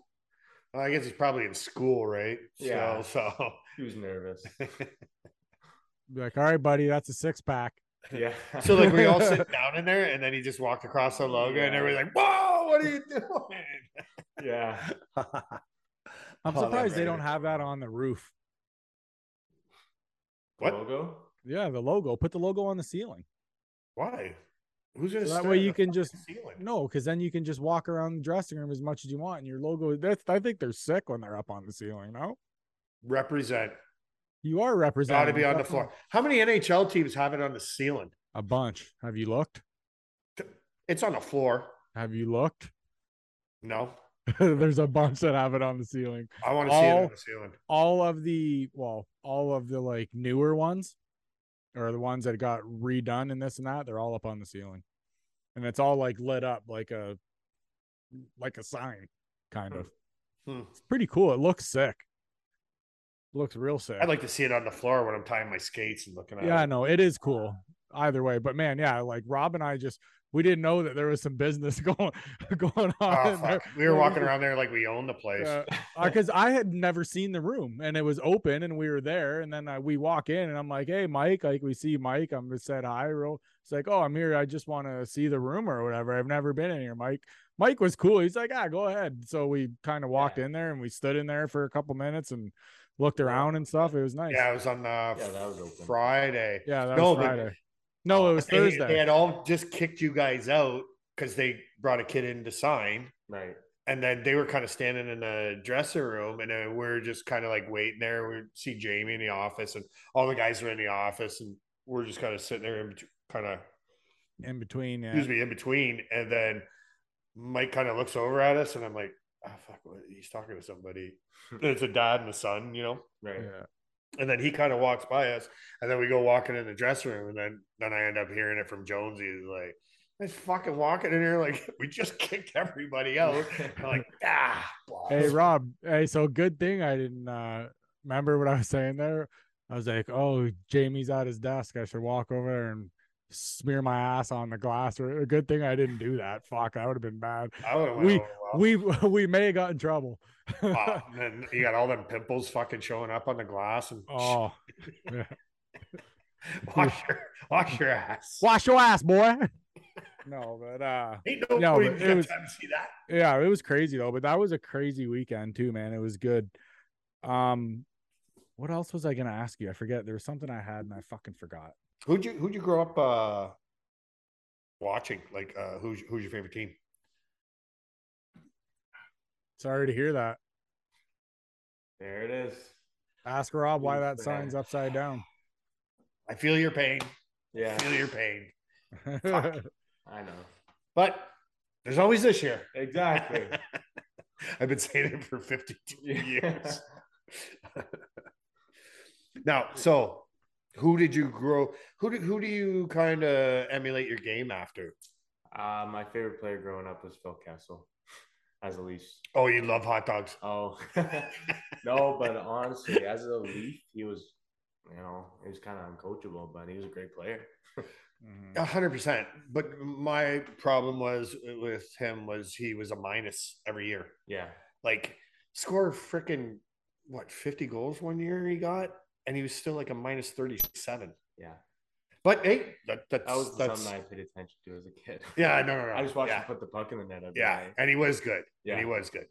Speaker 2: Well, I guess he's probably in school, right?
Speaker 3: Yeah.
Speaker 2: So, so.
Speaker 3: He was nervous.
Speaker 1: Be like, all right, buddy, that's a six pack.
Speaker 3: Yeah.
Speaker 2: So like we all sit down in there, and then he just walked across the logo, and
Speaker 3: Yeah.
Speaker 2: everybody's like, "Whoa, what are you doing?"
Speaker 3: yeah.
Speaker 1: I'm
Speaker 2: Oh, that's
Speaker 1: surprised they
Speaker 2: right.
Speaker 1: don't have that on the roof.
Speaker 2: What?
Speaker 3: logo?
Speaker 1: Yeah, the logo. Put the logo on the ceiling.
Speaker 2: Why? Who's gonna?
Speaker 1: So that
Speaker 2: stare
Speaker 1: way
Speaker 2: at
Speaker 1: you
Speaker 2: the
Speaker 1: can
Speaker 2: fucking
Speaker 1: just-
Speaker 2: ceiling?
Speaker 1: No, because then you can just walk around the dressing room as much as you want, and your logo. That's I think they're sick when they're up on the ceiling. No,
Speaker 2: represent.
Speaker 1: you are representing.
Speaker 2: Got to be on the
Speaker 1: definitely.
Speaker 2: floor. How many NHL teams have it on the ceiling?
Speaker 1: A bunch. Have you looked?
Speaker 2: It's on the floor.
Speaker 1: Have you looked?
Speaker 2: No,
Speaker 1: There's a bunch that have it on the ceiling.
Speaker 2: I want to see it
Speaker 1: Oh.
Speaker 2: on the ceiling.
Speaker 1: All of the well, all of the like newer ones, or the ones that got redone and this and that, they're all up on the ceiling, and it's all like lit up like a like a sign, kind
Speaker 3: Hmm.
Speaker 1: of.
Speaker 2: Hmm.
Speaker 1: It's pretty cool. It looks sick. Looks real sick.
Speaker 2: I'd like to see it on the floor when I'm tying my skates and looking at
Speaker 1: Yeah,
Speaker 2: it.
Speaker 1: no, it is cool either way. But man, yeah, like Rob and I just we didn't know that there was some business going going on.
Speaker 2: Oh,
Speaker 1: in there.
Speaker 2: fuck. We were
Speaker 1: Well,
Speaker 2: walking
Speaker 1: we-
Speaker 2: around there like we own the place.
Speaker 1: because I had never seen the room and it was open and we were there and then uh, we walk in and I'm like, hey Mike, like we see Mike. I'm just said hi. Real, it's like, oh, I'm here. I just want to see the room or whatever. I've never been in here, Mike. Mike was cool. He's like, ah, go ahead. So we kind of walked
Speaker 3: Yeah.
Speaker 1: in there and we stood in there for a couple minutes and looked around and stuff. It was nice.
Speaker 2: Yeah, it was on the
Speaker 3: that was open.
Speaker 2: Friday.
Speaker 1: Yeah, that
Speaker 2: No, Oh,
Speaker 1: was
Speaker 2: but-
Speaker 1: Friday. no, it was
Speaker 2: They-
Speaker 1: Thursday.
Speaker 2: They had all just kicked you guys out because they brought a kid in to sign.
Speaker 3: Right.
Speaker 2: And then they were kind of standing in the dressing room, and then we we're just kind of like waiting there. We see Jamie in the office, and all the guys were in the office, and we're just kind of sitting there, in between, kind of
Speaker 1: in between. Yeah.
Speaker 2: excuse me, in between. And then Mike kind of looks over at us, and I'm like, "Ah, fuck, what? he's talking to somebody." And it's a dad and a son, you know.
Speaker 3: Right.
Speaker 1: Yeah.
Speaker 2: And then he kind of walks by us, and then we go walking in the dressing room, and then then I end up hearing it from Jonesy. He's like, "This fucking walking in here like we just kicked everybody out." I'm like, ah, balls."
Speaker 1: Hey Rob. Hey, so good thing I didn't uh, remember what I was saying there. I was like, "Oh, Jamie's at his desk. I should walk over there and smear my ass on the glass." Or a good thing I didn't do that. Fuck, that would have been bad.
Speaker 2: I would have
Speaker 1: we-
Speaker 2: went. over well.
Speaker 1: We we may have got in trouble.
Speaker 2: Oh, and then you got all them pimples fucking showing up on the glass, and
Speaker 1: oh,
Speaker 2: wash your wash your ass.
Speaker 1: wash your ass, boy. no, but uh,
Speaker 2: Ain't
Speaker 1: No,
Speaker 2: nobody
Speaker 1: but it
Speaker 2: got
Speaker 1: was-
Speaker 2: time to see that.
Speaker 1: yeah, it was crazy though. But that was a crazy weekend too, man. It was good. Um, what else was I gonna ask you? I forget. There was something I had and I fucking forgot.
Speaker 2: Who'd you who'd you grow up uh, watching? Like, uh, who's who's your favorite team?
Speaker 1: Sorry to hear that.
Speaker 3: There it is.
Speaker 1: Ask Rob why
Speaker 3: Ooh,
Speaker 1: that
Speaker 3: man.
Speaker 1: sign's upside down.
Speaker 2: I feel your pain.
Speaker 3: Yeah.
Speaker 2: feel your pain. Fuck.
Speaker 1: yeah,
Speaker 3: I know.
Speaker 2: But there's always this year.
Speaker 3: Exactly.
Speaker 2: I've been saying it for 52 years.
Speaker 3: Yeah.
Speaker 2: now, so who did you grow? Who do, who do you kind of emulate your game after?
Speaker 3: Uh, my favorite player growing up was Phil Kessel as a Leafs.
Speaker 2: Oh, you love hot dogs.
Speaker 3: Oh no, but honestly, as a Leaf, he was, you know, he was kind of uncoachable, but he was a great player.
Speaker 2: A hundred percent. But my problem was uh, with him was he was a minus every year.
Speaker 3: Yeah,
Speaker 2: Like score freaking what 50 goals one year he got, and he was still like a minus 37.
Speaker 3: Yeah.
Speaker 2: But hey, that, that's
Speaker 3: That was
Speaker 2: that's
Speaker 3: something I paid attention to as a kid.
Speaker 2: yeah, no, no, no.
Speaker 3: I just watched
Speaker 2: yeah,
Speaker 3: him put the puck in the net. every
Speaker 2: yeah,
Speaker 3: night.
Speaker 2: and he was good.
Speaker 3: Yeah.
Speaker 2: And he was good.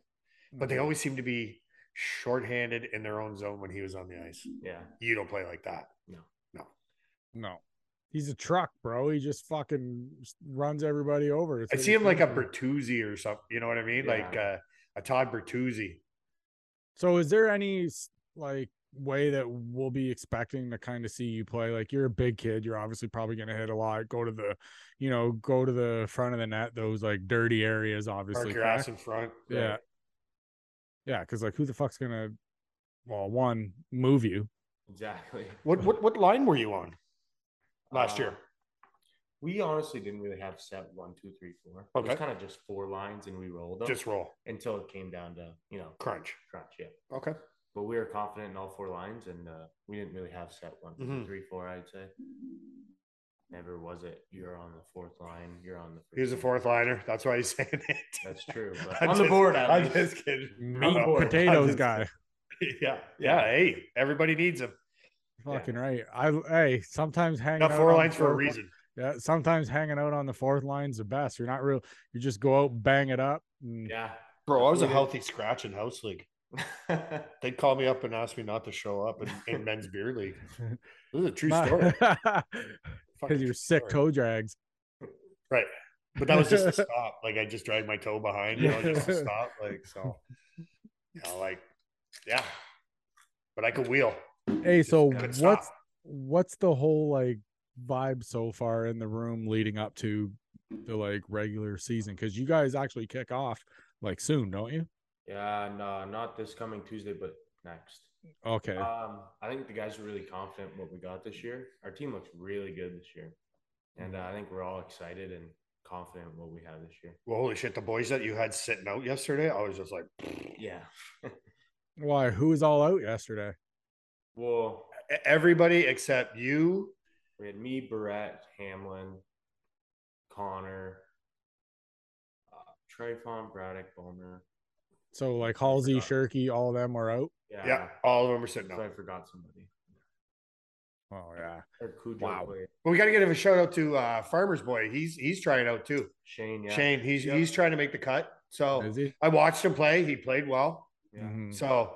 Speaker 2: But they always seem to be shorthanded in their own zone when he was on the ice.
Speaker 3: Yeah.
Speaker 2: You don't play like that. Mm-hmm.
Speaker 1: No. He's a truck, bro. He just fucking runs everybody over. It's
Speaker 2: I
Speaker 1: what
Speaker 2: see
Speaker 1: he
Speaker 2: him like a
Speaker 1: should do.
Speaker 2: Bertuzzi or something. You know what I mean? Like uh, a Todd Bertuzzi.
Speaker 1: So is there any s- like way that we'll be expecting to kind of see you play? Like you're a big kid, you're obviously probably going to hit a lot, go to the, you know, go to the front of the net, those like dirty areas obviously.
Speaker 2: Park your
Speaker 1: correct?
Speaker 2: ass in front.
Speaker 1: Yeah. Yeah, cuz like who the fuck's going to well, one move you.
Speaker 3: Exactly.
Speaker 2: What what what line were you on last
Speaker 3: Uh,
Speaker 2: year?
Speaker 3: We honestly didn't really have set one, two, three, four. It
Speaker 2: Okay.
Speaker 3: was kind of just four lines and we rolled them
Speaker 2: Just roll.
Speaker 3: until it came down to, you know,
Speaker 2: Crunch.
Speaker 3: crunch. Yeah.
Speaker 2: Okay.
Speaker 3: But we were confident in all four lines and uh, we didn't really have set one, two,
Speaker 2: Mhm.
Speaker 3: three, four, I'd say. Never was it. You're on the fourth line. You're on the first.
Speaker 2: He was a
Speaker 3: line.
Speaker 2: fourth liner. That's why he's saying it.
Speaker 3: That's true. But
Speaker 2: I'm
Speaker 3: on the
Speaker 2: just-
Speaker 3: board, at
Speaker 2: I'm
Speaker 3: least.
Speaker 2: just kidding.
Speaker 1: Meat
Speaker 2: no, I'm
Speaker 1: potatoes
Speaker 2: just-
Speaker 1: guy.
Speaker 2: Yeah. Yeah. Hey, everybody needs him.
Speaker 1: Fucking right. I hey, sometimes hanging
Speaker 2: Got
Speaker 1: out
Speaker 2: four
Speaker 1: on the
Speaker 2: lines for a
Speaker 1: fourth li-
Speaker 2: reason.
Speaker 1: Yeah, sometimes hanging out on the fourth line's the best. You're not real. You just go out, bang it up. And,
Speaker 3: Yeah.
Speaker 2: Bro, I was a
Speaker 3: We did.
Speaker 2: healthy scratch in house league. They'd call me up and ask me not to show up in, in men's beer league. This is a true story. Fucking
Speaker 1: Because
Speaker 2: true
Speaker 1: you're sick
Speaker 2: story.
Speaker 1: toe drags.
Speaker 2: But that was just a stop. Like I just dragged my toe behind. You know, just a
Speaker 1: Yeah.
Speaker 2: stop. Like so. You know, like yeah. But I could wheel.
Speaker 1: Hey, so
Speaker 2: Good
Speaker 1: what's
Speaker 2: stop.
Speaker 1: what's the whole like vibe so far in the room leading up to the like regular season? Because you guys actually kick off like soon, don't you?
Speaker 3: yeah. No, not this coming Tuesday, but next.
Speaker 1: Okay.
Speaker 2: Uh,
Speaker 3: Um, I think the guys are really confident in what we got this year. Our team looks really good this year, and uh, I think we're all excited and confident in what we have this year.
Speaker 2: Well, holy shit, the boys that you had sitting out yesterday, I was just like,
Speaker 3: Yeah.
Speaker 1: Why? Who was all out yesterday?
Speaker 3: Well,
Speaker 2: e-, everybody except you.
Speaker 3: we had me, Barrett, Hamlin, Connor, uh, Trayvon, Braddock, Bulmer.
Speaker 1: So like Halsey,
Speaker 3: forgot.
Speaker 1: Shirky, all of them were out.
Speaker 3: Yeah.
Speaker 2: Yeah, all of them are sitting
Speaker 3: So I
Speaker 2: out.
Speaker 3: forgot somebody.
Speaker 1: Oh yeah.
Speaker 3: Or Cujo
Speaker 1: Wow.
Speaker 3: played.
Speaker 2: But we got to give a shout out to uh, Farmer's Boy. He's he's trying out too.
Speaker 3: Shane. Yeah.
Speaker 2: Shane, he's
Speaker 3: Yep.
Speaker 2: he's trying to make the cut. So
Speaker 1: Is he?
Speaker 2: I watched him play. He played well.
Speaker 3: Yeah.
Speaker 1: Mhm.
Speaker 2: So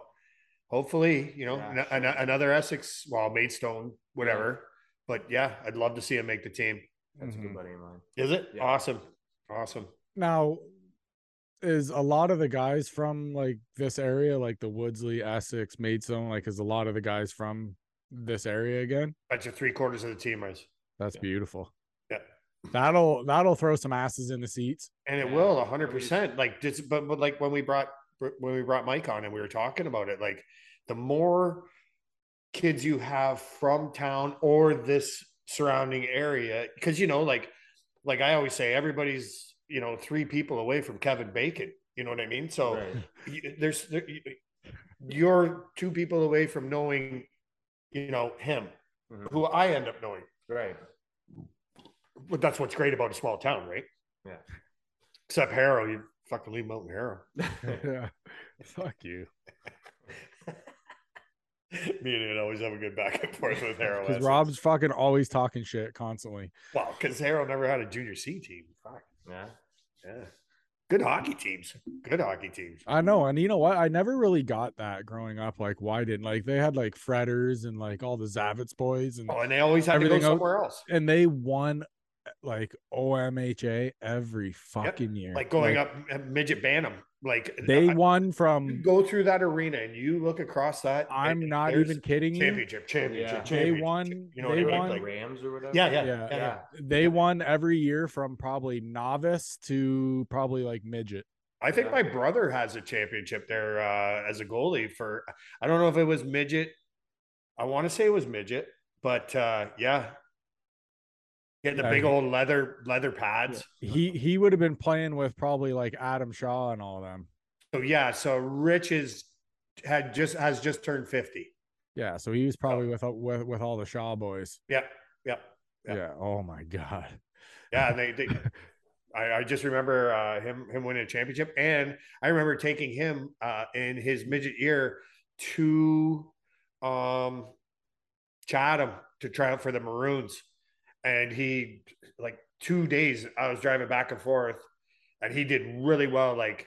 Speaker 2: hopefully, you know,
Speaker 3: Yeah,
Speaker 2: an- an-
Speaker 3: sure.
Speaker 2: another Essex, well, Maidstone, whatever. But yeah, I'd love to see him make the team.
Speaker 3: That's a
Speaker 1: Mhm.
Speaker 3: good
Speaker 2: Mm-hmm.
Speaker 3: buddy of mine.
Speaker 2: Is it
Speaker 3: Yeah.
Speaker 2: awesome? Awesome.
Speaker 1: Now, is a lot of the guys from like this area, like the Woodsley, Essex, Maidstone, like is a lot of the guys from this area again?
Speaker 2: That's your three quarters of the team is,
Speaker 1: That's
Speaker 3: Yeah.
Speaker 1: beautiful.
Speaker 2: Yeah.
Speaker 1: That'll that'll throw some asses in the seats.
Speaker 2: and it
Speaker 3: Yeah.
Speaker 2: will hundred percent. Like just, but but like when we brought when we brought Mike on and we were talking about it, like the more kids you have from town or this surrounding area, because you know, like like I always say, everybody's you know three people away from Kevin Bacon. You know what I mean? So.
Speaker 3: Right.
Speaker 2: you- there's there, you- you're two people away from knowing you know him
Speaker 3: Mhm.
Speaker 2: who i end up knowing
Speaker 3: Right.
Speaker 2: but that's what's great about a small town right
Speaker 3: Yeah.
Speaker 2: except harrow you fucking leave mountain harrow Oh.
Speaker 1: Yeah. Fuck you.
Speaker 2: me and it always have a good back and forth with harrow
Speaker 1: Because
Speaker 2: that's-
Speaker 1: Rob's fucking always talking shit constantly.
Speaker 2: well because harrow never had a junior c team Fuck,
Speaker 3: Yeah.
Speaker 2: yeah good hockey teams good hockey teams
Speaker 1: I know, and you know what? I never really got that growing up. Like, why didn't like they had like Fretters and like all the Zavitz boys and
Speaker 2: oh and they always had to go
Speaker 1: Everything else-
Speaker 2: somewhere else
Speaker 1: and they won eh, like OMHA every fucking year.
Speaker 2: like going up at midget bantam like
Speaker 1: They
Speaker 2: I-
Speaker 1: won
Speaker 2: you
Speaker 1: from.
Speaker 2: go through that arena and you look across that
Speaker 1: I'm
Speaker 2: and
Speaker 1: not
Speaker 2: there's-
Speaker 1: even kidding you.
Speaker 2: championship, championship,
Speaker 3: Yeah. They
Speaker 2: championship.
Speaker 1: won-
Speaker 2: You know
Speaker 1: they
Speaker 2: what
Speaker 3: Like
Speaker 2: I mean?
Speaker 1: won-
Speaker 3: the
Speaker 2: Like,
Speaker 3: Rams or whatever.
Speaker 2: yeah, yeah,
Speaker 1: Yeah.
Speaker 2: yeah, yeah,
Speaker 3: Yeah.
Speaker 1: They won every year from probably novice to probably like midget.
Speaker 2: I think
Speaker 3: Yeah.
Speaker 2: my brother has a championship there uh, as a goalie for. I don't know if it was midget. I want to say it was midget, but uh, yeah, getting the
Speaker 1: Yeah,
Speaker 2: big
Speaker 1: he-
Speaker 2: old leather leather pads.
Speaker 1: He
Speaker 2: Uh-huh.
Speaker 1: he would have been playing with probably like Adam Shaw and all them.
Speaker 2: So yeah, so Rich is had just has just turned fifty.
Speaker 1: Yeah, so he
Speaker 2: Oh.
Speaker 1: was probably with uh, with with all the Shaw boys.
Speaker 2: Yeah, yeah, Yeah.
Speaker 1: Yeah. Oh my god.
Speaker 2: yeah. They, they I, I just remember uh, him him winning a championship, and I remember taking him uh, in his midget year to um, Chatham to try out for the Maroons. And he, like, two days I was driving back and forth, and he did really well. Like,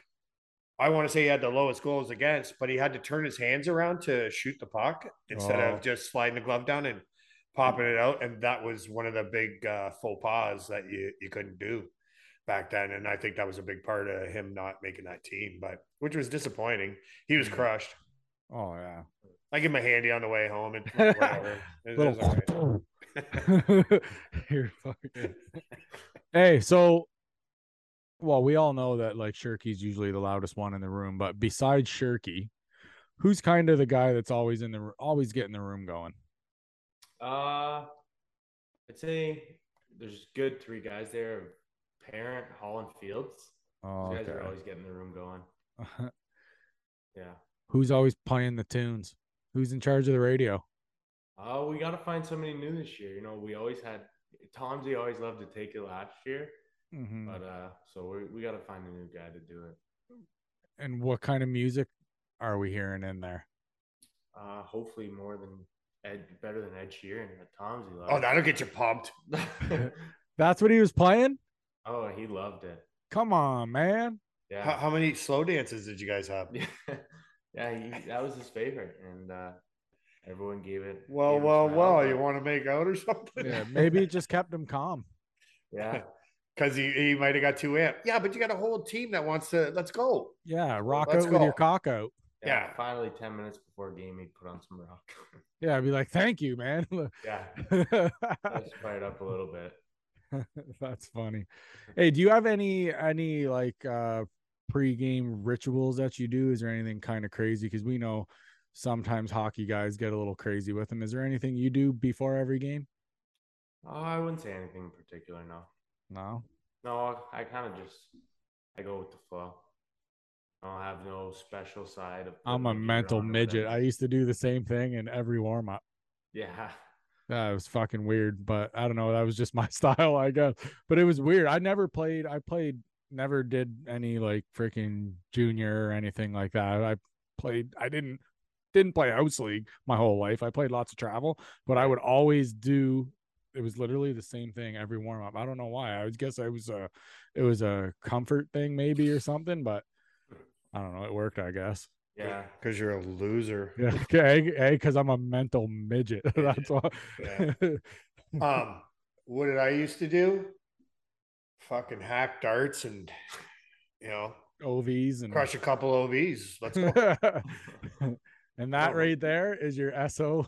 Speaker 2: I want to say he had the lowest goals against, but he had to turn his hands around to shoot the puck instead
Speaker 1: Oh.
Speaker 2: of just sliding the glove down and popping it out. And that was one of the big uh, faux pas that you, you couldn't do back then. And I think that was a big part of him not making that team, but which was disappointing. He was crushed.
Speaker 1: Oh yeah.
Speaker 2: I give him a handy on the way home and whatever. It was all right.
Speaker 1: Little- You're fucking- hey, so well, we all know that like Shirky's usually the loudest one in the room, but besides Shirky, who's kind of the guy that's always in the r- always getting the room going?
Speaker 3: Uh, I'd say there's good three guys there: Parent, Hall, and Fields.
Speaker 1: Oh,
Speaker 3: Those guys are
Speaker 1: okay.
Speaker 3: always getting the room going. Yeah.
Speaker 1: who's always playing the tunes? Who's in charge of the radio?
Speaker 3: Oh, we got to find somebody new this year. You know, we always had Tomsey always loved to take it last year,
Speaker 2: Mm.
Speaker 1: Mhm.
Speaker 3: but uh, so we we got to find a new guy to do it.
Speaker 1: And what kind of music are we hearing in there?
Speaker 3: Uh, hopefully more than Ed, better than Ed Sheeran that Tomsey loved.
Speaker 2: Oh, that'll get you pumped.
Speaker 3: you.
Speaker 1: That's what he was playing.
Speaker 3: oh, he loved it.
Speaker 1: Come on, man.
Speaker 3: Yeah.
Speaker 2: How, how many slow dances did you guys have?
Speaker 3: Yeah, yeah, he, that was his favorite, and uh, everyone gave it.
Speaker 2: Well,
Speaker 3: gave him
Speaker 2: well,
Speaker 3: some
Speaker 2: well,
Speaker 3: hell,
Speaker 2: you
Speaker 3: but-
Speaker 2: want to make out or something?
Speaker 1: Yeah, maybe it just kept him calm.
Speaker 3: Yeah,
Speaker 2: Because he, he might have got too amped. Yeah, but you got a whole team that wants to let's go.
Speaker 1: Yeah, rock
Speaker 2: let's
Speaker 1: out with your
Speaker 2: go.
Speaker 1: cock out.
Speaker 3: yeah.
Speaker 2: Yeah.
Speaker 3: Finally, ten minutes before game, he put on some rock.
Speaker 1: Yeah, I'd be like, thank you, man.
Speaker 3: yeah, I just fired up a little bit.
Speaker 1: That's funny. Hey, do you have any any like uh pre-game rituals that you do? Is there anything kind of crazy? Because we know sometimes hockey guys get a little crazy with them. Is there anything you do before every game?
Speaker 3: Oh, I wouldn't say anything in particular. No,
Speaker 1: No.
Speaker 3: no, I kind of just I go with the flow. I don't have no special side of.
Speaker 1: I'm
Speaker 3: putting
Speaker 1: a
Speaker 3: gear
Speaker 1: mental
Speaker 3: on or
Speaker 1: midget. I
Speaker 3: whatever.
Speaker 1: used to do the same thing in every warm up.
Speaker 3: yeah,
Speaker 1: That was fucking weird, but I don't know. That was just my style, I guess. But it was weird. I never played. I played. Never did any like freaking junior or anything like that. I played. I didn't didn't play house league my whole life. I played lots of travel, but I would always do. It was literally the same thing every warm up. I don't know why. I would guess I was a it was a comfort thing maybe or something, but I don't know. It worked, I guess.
Speaker 3: yeah.
Speaker 2: Because you're a loser.
Speaker 1: Yeah, okay, because I'm a mental midget. That's why.
Speaker 2: Yeah. Um, what did I used to do? Fucking hack darts and you know,
Speaker 1: OVs and
Speaker 2: crush a couple OVs. Let's go.
Speaker 1: and that
Speaker 2: Oh.
Speaker 1: right there is your SO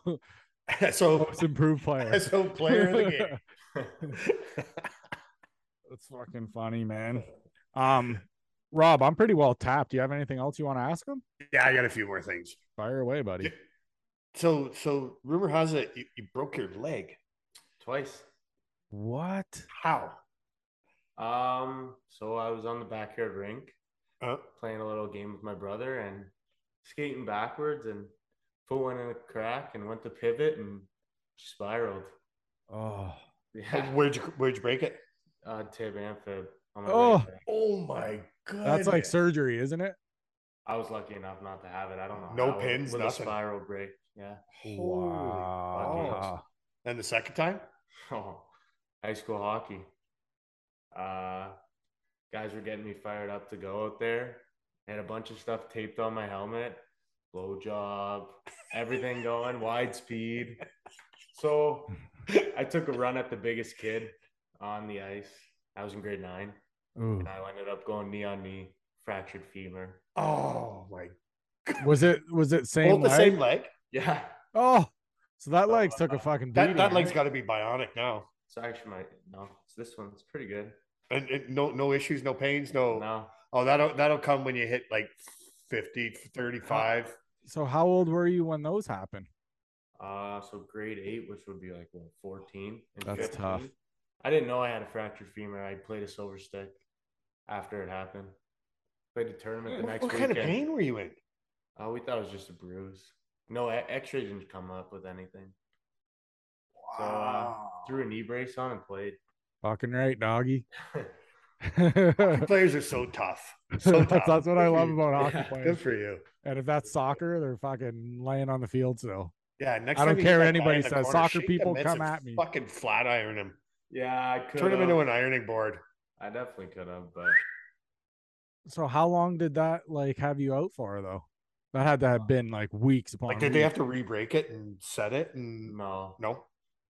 Speaker 2: so
Speaker 1: most improved player.
Speaker 2: so player of the game.
Speaker 1: That's fucking funny, man. Um, Rob, I'm pretty well tapped. Do you have anything else you want to ask him?
Speaker 2: yeah, I got a few more things.
Speaker 1: Fire away, buddy.
Speaker 2: Yeah. So so rumor has it you, you broke your leg.
Speaker 3: Twice.
Speaker 1: What?
Speaker 2: How?
Speaker 3: Um, so I was on the backyard rink
Speaker 2: Uh,
Speaker 3: playing a little game with my brother and skating backwards and foot went in a crack and went to pivot and spiraled.
Speaker 1: Oh,
Speaker 3: Yeah.
Speaker 2: where'd you where'd you break it?
Speaker 3: Uh, tib and fib. On my
Speaker 1: Oh.
Speaker 3: right leg.
Speaker 2: Oh my god.
Speaker 1: that's like surgery, isn't it?
Speaker 3: I was lucky enough not to have it. I don't know.
Speaker 2: No
Speaker 3: how,
Speaker 2: pins,
Speaker 3: With
Speaker 2: nothing.
Speaker 3: a spiral break. Yeah.
Speaker 2: Holy balls. And the second time?
Speaker 3: Oh, high school hockey. Uh, guys were getting me fired up to go out there. Had a bunch of stuff taped on my helmet, blow job, everything going, wide speed. So I took a run at the biggest kid on the ice. I was in grade nine,
Speaker 1: Ooh.
Speaker 3: and I ended up going knee on knee, fractured femur.
Speaker 2: Oh my
Speaker 1: Was it was it same
Speaker 2: Both the
Speaker 1: leg?
Speaker 2: same leg.
Speaker 3: Yeah,
Speaker 1: Oh, so that
Speaker 3: No,
Speaker 1: leg's took a
Speaker 3: uh,
Speaker 1: fucking beating.
Speaker 2: That that leg's
Speaker 1: right?
Speaker 2: got to be bionic now.
Speaker 3: it's actually my no. It's this one. It's pretty good.
Speaker 2: And, and no no issues, no pains, no.
Speaker 3: No,
Speaker 2: Oh, that'll that'll come when you hit like 50, 35.
Speaker 1: So how old were you when those happened?
Speaker 3: Uh, so grade eight, which would be like what, 14. And
Speaker 1: That's tough.
Speaker 3: I didn't know I had a fractured femur. I played a silver stick after it happened. Played a tournament the
Speaker 2: What,
Speaker 3: next
Speaker 2: what kind
Speaker 3: weekend.
Speaker 2: of pain were you in?
Speaker 3: Oh, we thought it was just a bruise. No, e- X-ray didn't come up with anything. uh, So, uh, Threw a knee brace on and played.
Speaker 1: Fucking right, doggy. that's,
Speaker 2: Players are so tough. So tough.
Speaker 1: that's what I
Speaker 2: Good for
Speaker 1: love
Speaker 2: you.
Speaker 1: about hockey
Speaker 3: Yeah,
Speaker 2: Good
Speaker 1: players.
Speaker 2: for you.
Speaker 1: And if that's soccer, they're fucking laying on the field still.
Speaker 2: Yeah, next
Speaker 1: I
Speaker 2: time
Speaker 1: don't
Speaker 2: you
Speaker 1: care what
Speaker 2: get that guy
Speaker 1: anybody
Speaker 2: in the
Speaker 1: says.
Speaker 2: corner,
Speaker 1: Soccer
Speaker 2: shake the
Speaker 1: people
Speaker 2: mitts
Speaker 1: come
Speaker 2: and
Speaker 1: at me.
Speaker 2: Fucking flat iron him.
Speaker 3: Yeah, I could
Speaker 2: Turn him into an ironing board.
Speaker 3: I definitely could have, but
Speaker 1: So how long did that like have you out for though? That had to have been like weeks upon.
Speaker 2: Like, did they
Speaker 1: weeks.
Speaker 2: have to re-break it and set it? And
Speaker 3: no,
Speaker 2: no,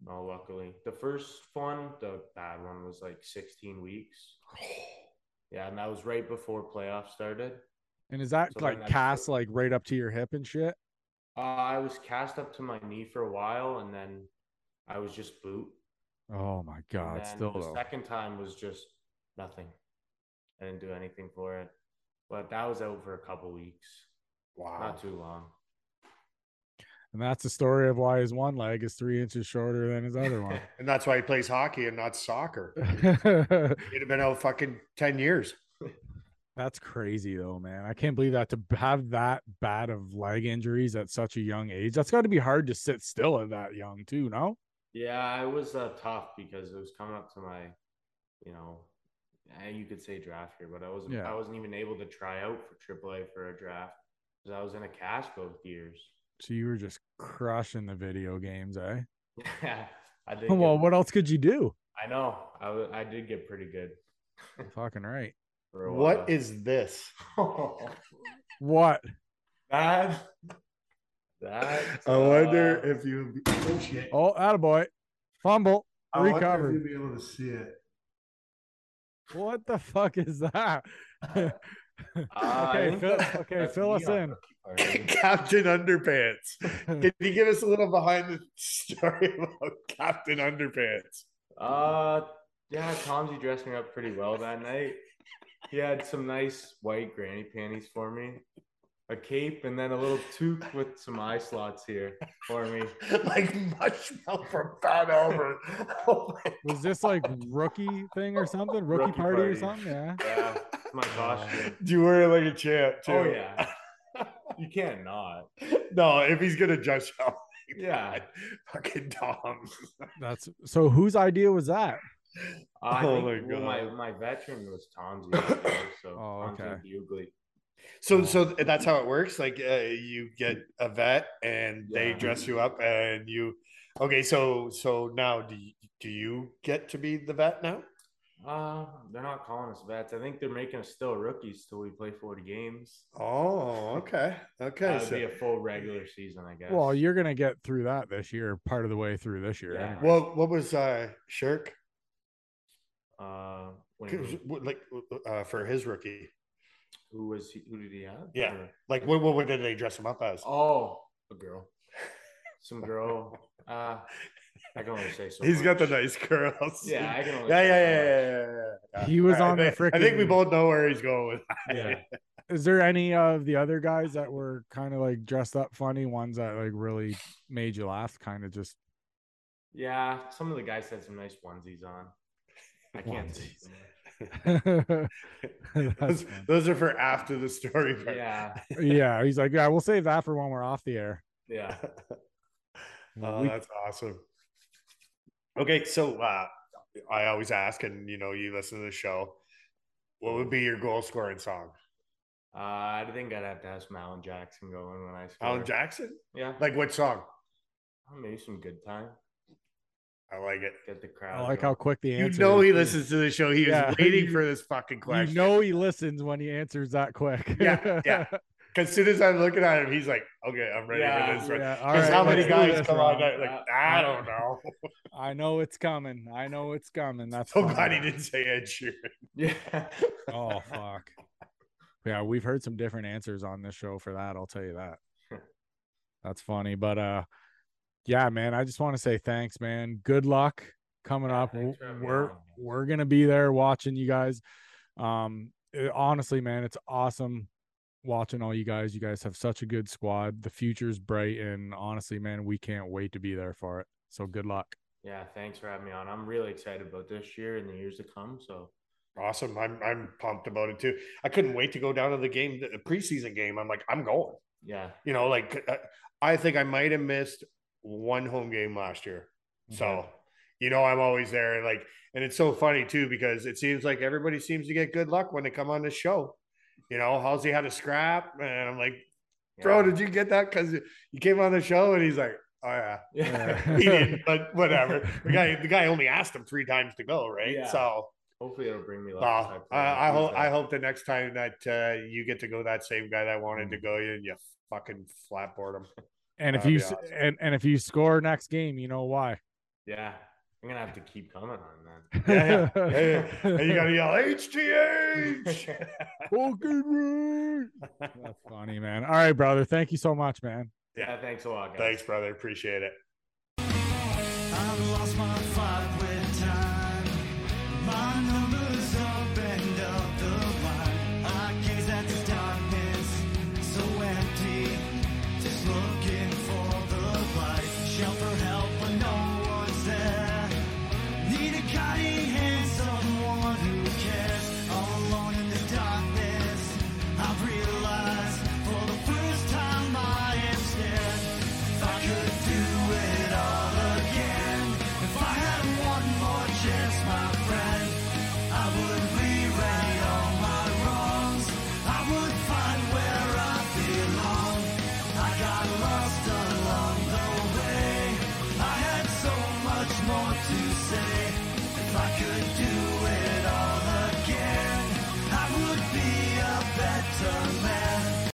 Speaker 3: no. uh, Luckily, the first one, the bad one, was like 16 weeks. Yeah, and that was right before playoffs started.
Speaker 1: And is that
Speaker 3: So then
Speaker 1: like
Speaker 3: that's-
Speaker 1: cast like right up to your hip and shit?
Speaker 3: Uh, I was cast up to my knee for a while, and then I was just boot.
Speaker 1: Oh my
Speaker 3: And
Speaker 1: god,
Speaker 3: then
Speaker 1: still
Speaker 3: the
Speaker 1: though.
Speaker 3: second time was just nothing. I didn't do anything for it, but that was out for a couple weeks,
Speaker 2: wow.
Speaker 3: not too long.
Speaker 1: And that's the story of why his one leg is three inches shorter than his other one.
Speaker 2: And that's why he plays hockey and not soccer. He'd have been out fucking ten years.
Speaker 1: that's crazy though, man. I can't believe that to b- have that bad of leg injuries at such a young age. That's got to be hard to sit still at that young too, no?
Speaker 3: Yeah, it was uh, tough because it was coming up to my, you know, eh, you could say draft year, but I wasn't.
Speaker 1: Yeah.
Speaker 3: I wasn't even able to try out for AAA for a draft because I was in a cast both years.
Speaker 1: So you were just crushing the video games, eh?
Speaker 3: Yeah, I did.
Speaker 1: Well,
Speaker 3: get-
Speaker 1: what else could you do?
Speaker 3: I know. I wa- I did get pretty good.
Speaker 1: Fucking right.
Speaker 3: For a
Speaker 2: What
Speaker 3: while.
Speaker 2: is this?
Speaker 1: What?
Speaker 3: that? That.
Speaker 2: I wonder
Speaker 3: uh,
Speaker 2: if you would be, oh shit.
Speaker 1: Oh, attaboy. Fumble.
Speaker 3: Oh,
Speaker 2: I wonder if
Speaker 1: recovered.
Speaker 2: you'd be able to see it.
Speaker 1: What the fuck is that? okay, Ah,
Speaker 3: I think
Speaker 1: fill,
Speaker 3: that's-
Speaker 1: okay,
Speaker 3: that's
Speaker 1: fill
Speaker 3: me
Speaker 1: us
Speaker 3: on
Speaker 1: in.
Speaker 3: Rookie Party.
Speaker 2: Captain Underpants. Can you give us a little behind the story about Captain Underpants?
Speaker 3: Uh, yeah, Tomsy dressed me up pretty well that night. He had some nice white granny panties for me, a cape, and then a little toque with some eye slots here for me.
Speaker 2: like Mushmouth from Fat Albert. Oh my-
Speaker 1: Was this like rookie thing or something? Rookie,
Speaker 3: Rookie
Speaker 1: party, or
Speaker 3: party.
Speaker 1: something? Yeah.
Speaker 3: Yeah, it's my costume.
Speaker 2: Do you wear it like a champ too?
Speaker 3: Oh yeah, you can't not.
Speaker 2: No, if he's gonna judge how
Speaker 3: Yeah,
Speaker 2: fucking Tom.
Speaker 1: That's so whose idea was that?
Speaker 3: I
Speaker 2: Oh
Speaker 3: think
Speaker 2: my
Speaker 3: my,
Speaker 2: God.
Speaker 3: my veteran was Tomsy. out there, So
Speaker 1: Oh,
Speaker 3: Tomsy
Speaker 1: okay.
Speaker 3: Bugly.
Speaker 2: So so that's how it works. Like uh, you get a vet and they
Speaker 3: Yeah.
Speaker 2: dress you up and you okay, so so now do you, do you get to be the vet now?
Speaker 3: Uh, they're not calling us vets. I think they're making us still rookies till we play 40 games.
Speaker 2: Oh, okay. Okay.
Speaker 3: That would be a full regular season, I guess.
Speaker 1: Well, you're gonna get through that this year, part of the way through this year.
Speaker 3: Yeah.
Speaker 1: anyway.
Speaker 2: Well, what was uh Shirk?
Speaker 3: Uh, what do you mean?
Speaker 2: Like uh, for his rookie,
Speaker 3: who was he? Who did he have?
Speaker 2: Yeah.
Speaker 3: Or-
Speaker 2: like what, what did they dress him up as?
Speaker 3: oh, a girl. Some girl. Uh, I can only say so.
Speaker 2: He's got the
Speaker 3: much.
Speaker 2: nice curls.
Speaker 3: Yeah, I can only
Speaker 2: yeah,
Speaker 3: say
Speaker 2: yeah,
Speaker 3: so
Speaker 2: yeah,
Speaker 3: much.
Speaker 2: yeah, yeah, yeah.
Speaker 1: He was
Speaker 2: All
Speaker 1: on
Speaker 2: I
Speaker 1: the
Speaker 2: thi- I think we
Speaker 1: frickin'-
Speaker 2: both know where he's going with. that.
Speaker 3: Yeah.
Speaker 1: Is there any of the other guys that were kind of like dressed up funny ones that like really made you laugh? Kind of just
Speaker 3: Yeah, Some of the guys had some nice onesies on. I can't say
Speaker 1: Onesies.
Speaker 3: too much.
Speaker 1: That's
Speaker 2: Those,
Speaker 1: fun.
Speaker 2: those are for after the story. part.
Speaker 3: Yeah.
Speaker 1: yeah. He's like, yeah, we'll save that for when we're off the air.
Speaker 3: Yeah.
Speaker 2: Oh,
Speaker 1: We-
Speaker 2: that's awesome. Okay, so uh, I always ask, and you know, you listen to the show. What would be your goal scoring song?
Speaker 3: Uh, I think I'd have to have some Alan Jackson going when I score.
Speaker 2: Alan Jackson?
Speaker 3: Yeah.
Speaker 2: Like what song?
Speaker 3: Oh, maybe some good time.
Speaker 2: I like it.
Speaker 3: Get the crowd.
Speaker 1: I like how
Speaker 3: going.
Speaker 1: quick the
Speaker 2: You
Speaker 1: answer.
Speaker 2: know
Speaker 1: is,
Speaker 2: he
Speaker 1: too.
Speaker 2: listens to the show. He was
Speaker 1: Yeah.
Speaker 2: waiting
Speaker 1: You-
Speaker 2: for this fucking
Speaker 1: You
Speaker 2: question.
Speaker 1: know he listens when he answers that quick.
Speaker 2: Yeah, yeah. Because soon as I'm looking at him, he's like, "Okay, I'm ready
Speaker 3: Yeah,
Speaker 2: for this." one."
Speaker 1: yeah. All
Speaker 2: Because
Speaker 1: right,
Speaker 2: how many
Speaker 1: let's do
Speaker 2: guys
Speaker 1: this,
Speaker 2: come on
Speaker 1: Rob.
Speaker 2: that? Like,
Speaker 3: Uh,
Speaker 2: I don't know.
Speaker 1: I know it's coming. I know it's coming. That's
Speaker 2: So
Speaker 1: fine.
Speaker 2: glad he didn't say Ed Sheeran.
Speaker 3: Yeah.
Speaker 1: Oh fuck. Yeah, we've heard some different answers on this show for that. I'll tell you that. That's funny, but uh, yeah, man. I just want to say thanks, man. Good luck coming
Speaker 3: Yeah,
Speaker 1: up.
Speaker 3: thanks for having me
Speaker 1: We're
Speaker 3: on.
Speaker 1: we're gonna be there watching you guys. Um, it- honestly, man, it's awesome watching all you guys. You guys have such a good squad. The future's bright, and honestly, man, we can't wait to be there for it. So good luck.
Speaker 3: Yeah, thanks for having me on. I'm really excited about this year and the years to come. So
Speaker 2: Awesome. I'm I'm pumped about it too. I couldn't wait to go down to the game, the preseason game. I'm like, I'm going.
Speaker 3: yeah,
Speaker 2: You know, uh, like I- I think I might have missed one home game last year. So you know I'm always there. Like, and it's so funny too because it seems like everybody seems to get good luck when they come on the show. You know, how's he had a scrap? And I'm like, bro, did you get that? Because you came on the show, and he's like, oh yeah,
Speaker 3: Yeah.
Speaker 1: Yeah.
Speaker 2: he didn't, but whatever. The guy, the guy only asked him three times to go, right?
Speaker 3: Yeah.
Speaker 2: So,
Speaker 3: Hopefully it'll bring me luck.
Speaker 2: uh,
Speaker 3: this time.
Speaker 2: I, I hope, I hope the next time that uh, you get to go, that same guy that wanted to go, you, you fucking flatboard him.
Speaker 1: And if
Speaker 2: That'd
Speaker 1: you
Speaker 2: be
Speaker 1: s
Speaker 2: awesome.
Speaker 1: and, and if you score next game, you know why.
Speaker 3: Yeah. I'm gonna have to keep coming on that.
Speaker 2: Yeah, yeah. Yeah, yeah. and you gotta yell HTH.
Speaker 1: Fucking right. That's funny, man. All right, brother. Thank you so much, man.
Speaker 3: Yeah. Thanks a lot, guys.
Speaker 2: Thanks, brother. Appreciate it.
Speaker 4: I've lost my fight with time. My numbers up and up the line. I gaze at the darkness, so empty. Just looking for the light. Shout for help, but no one's there. Need a guiding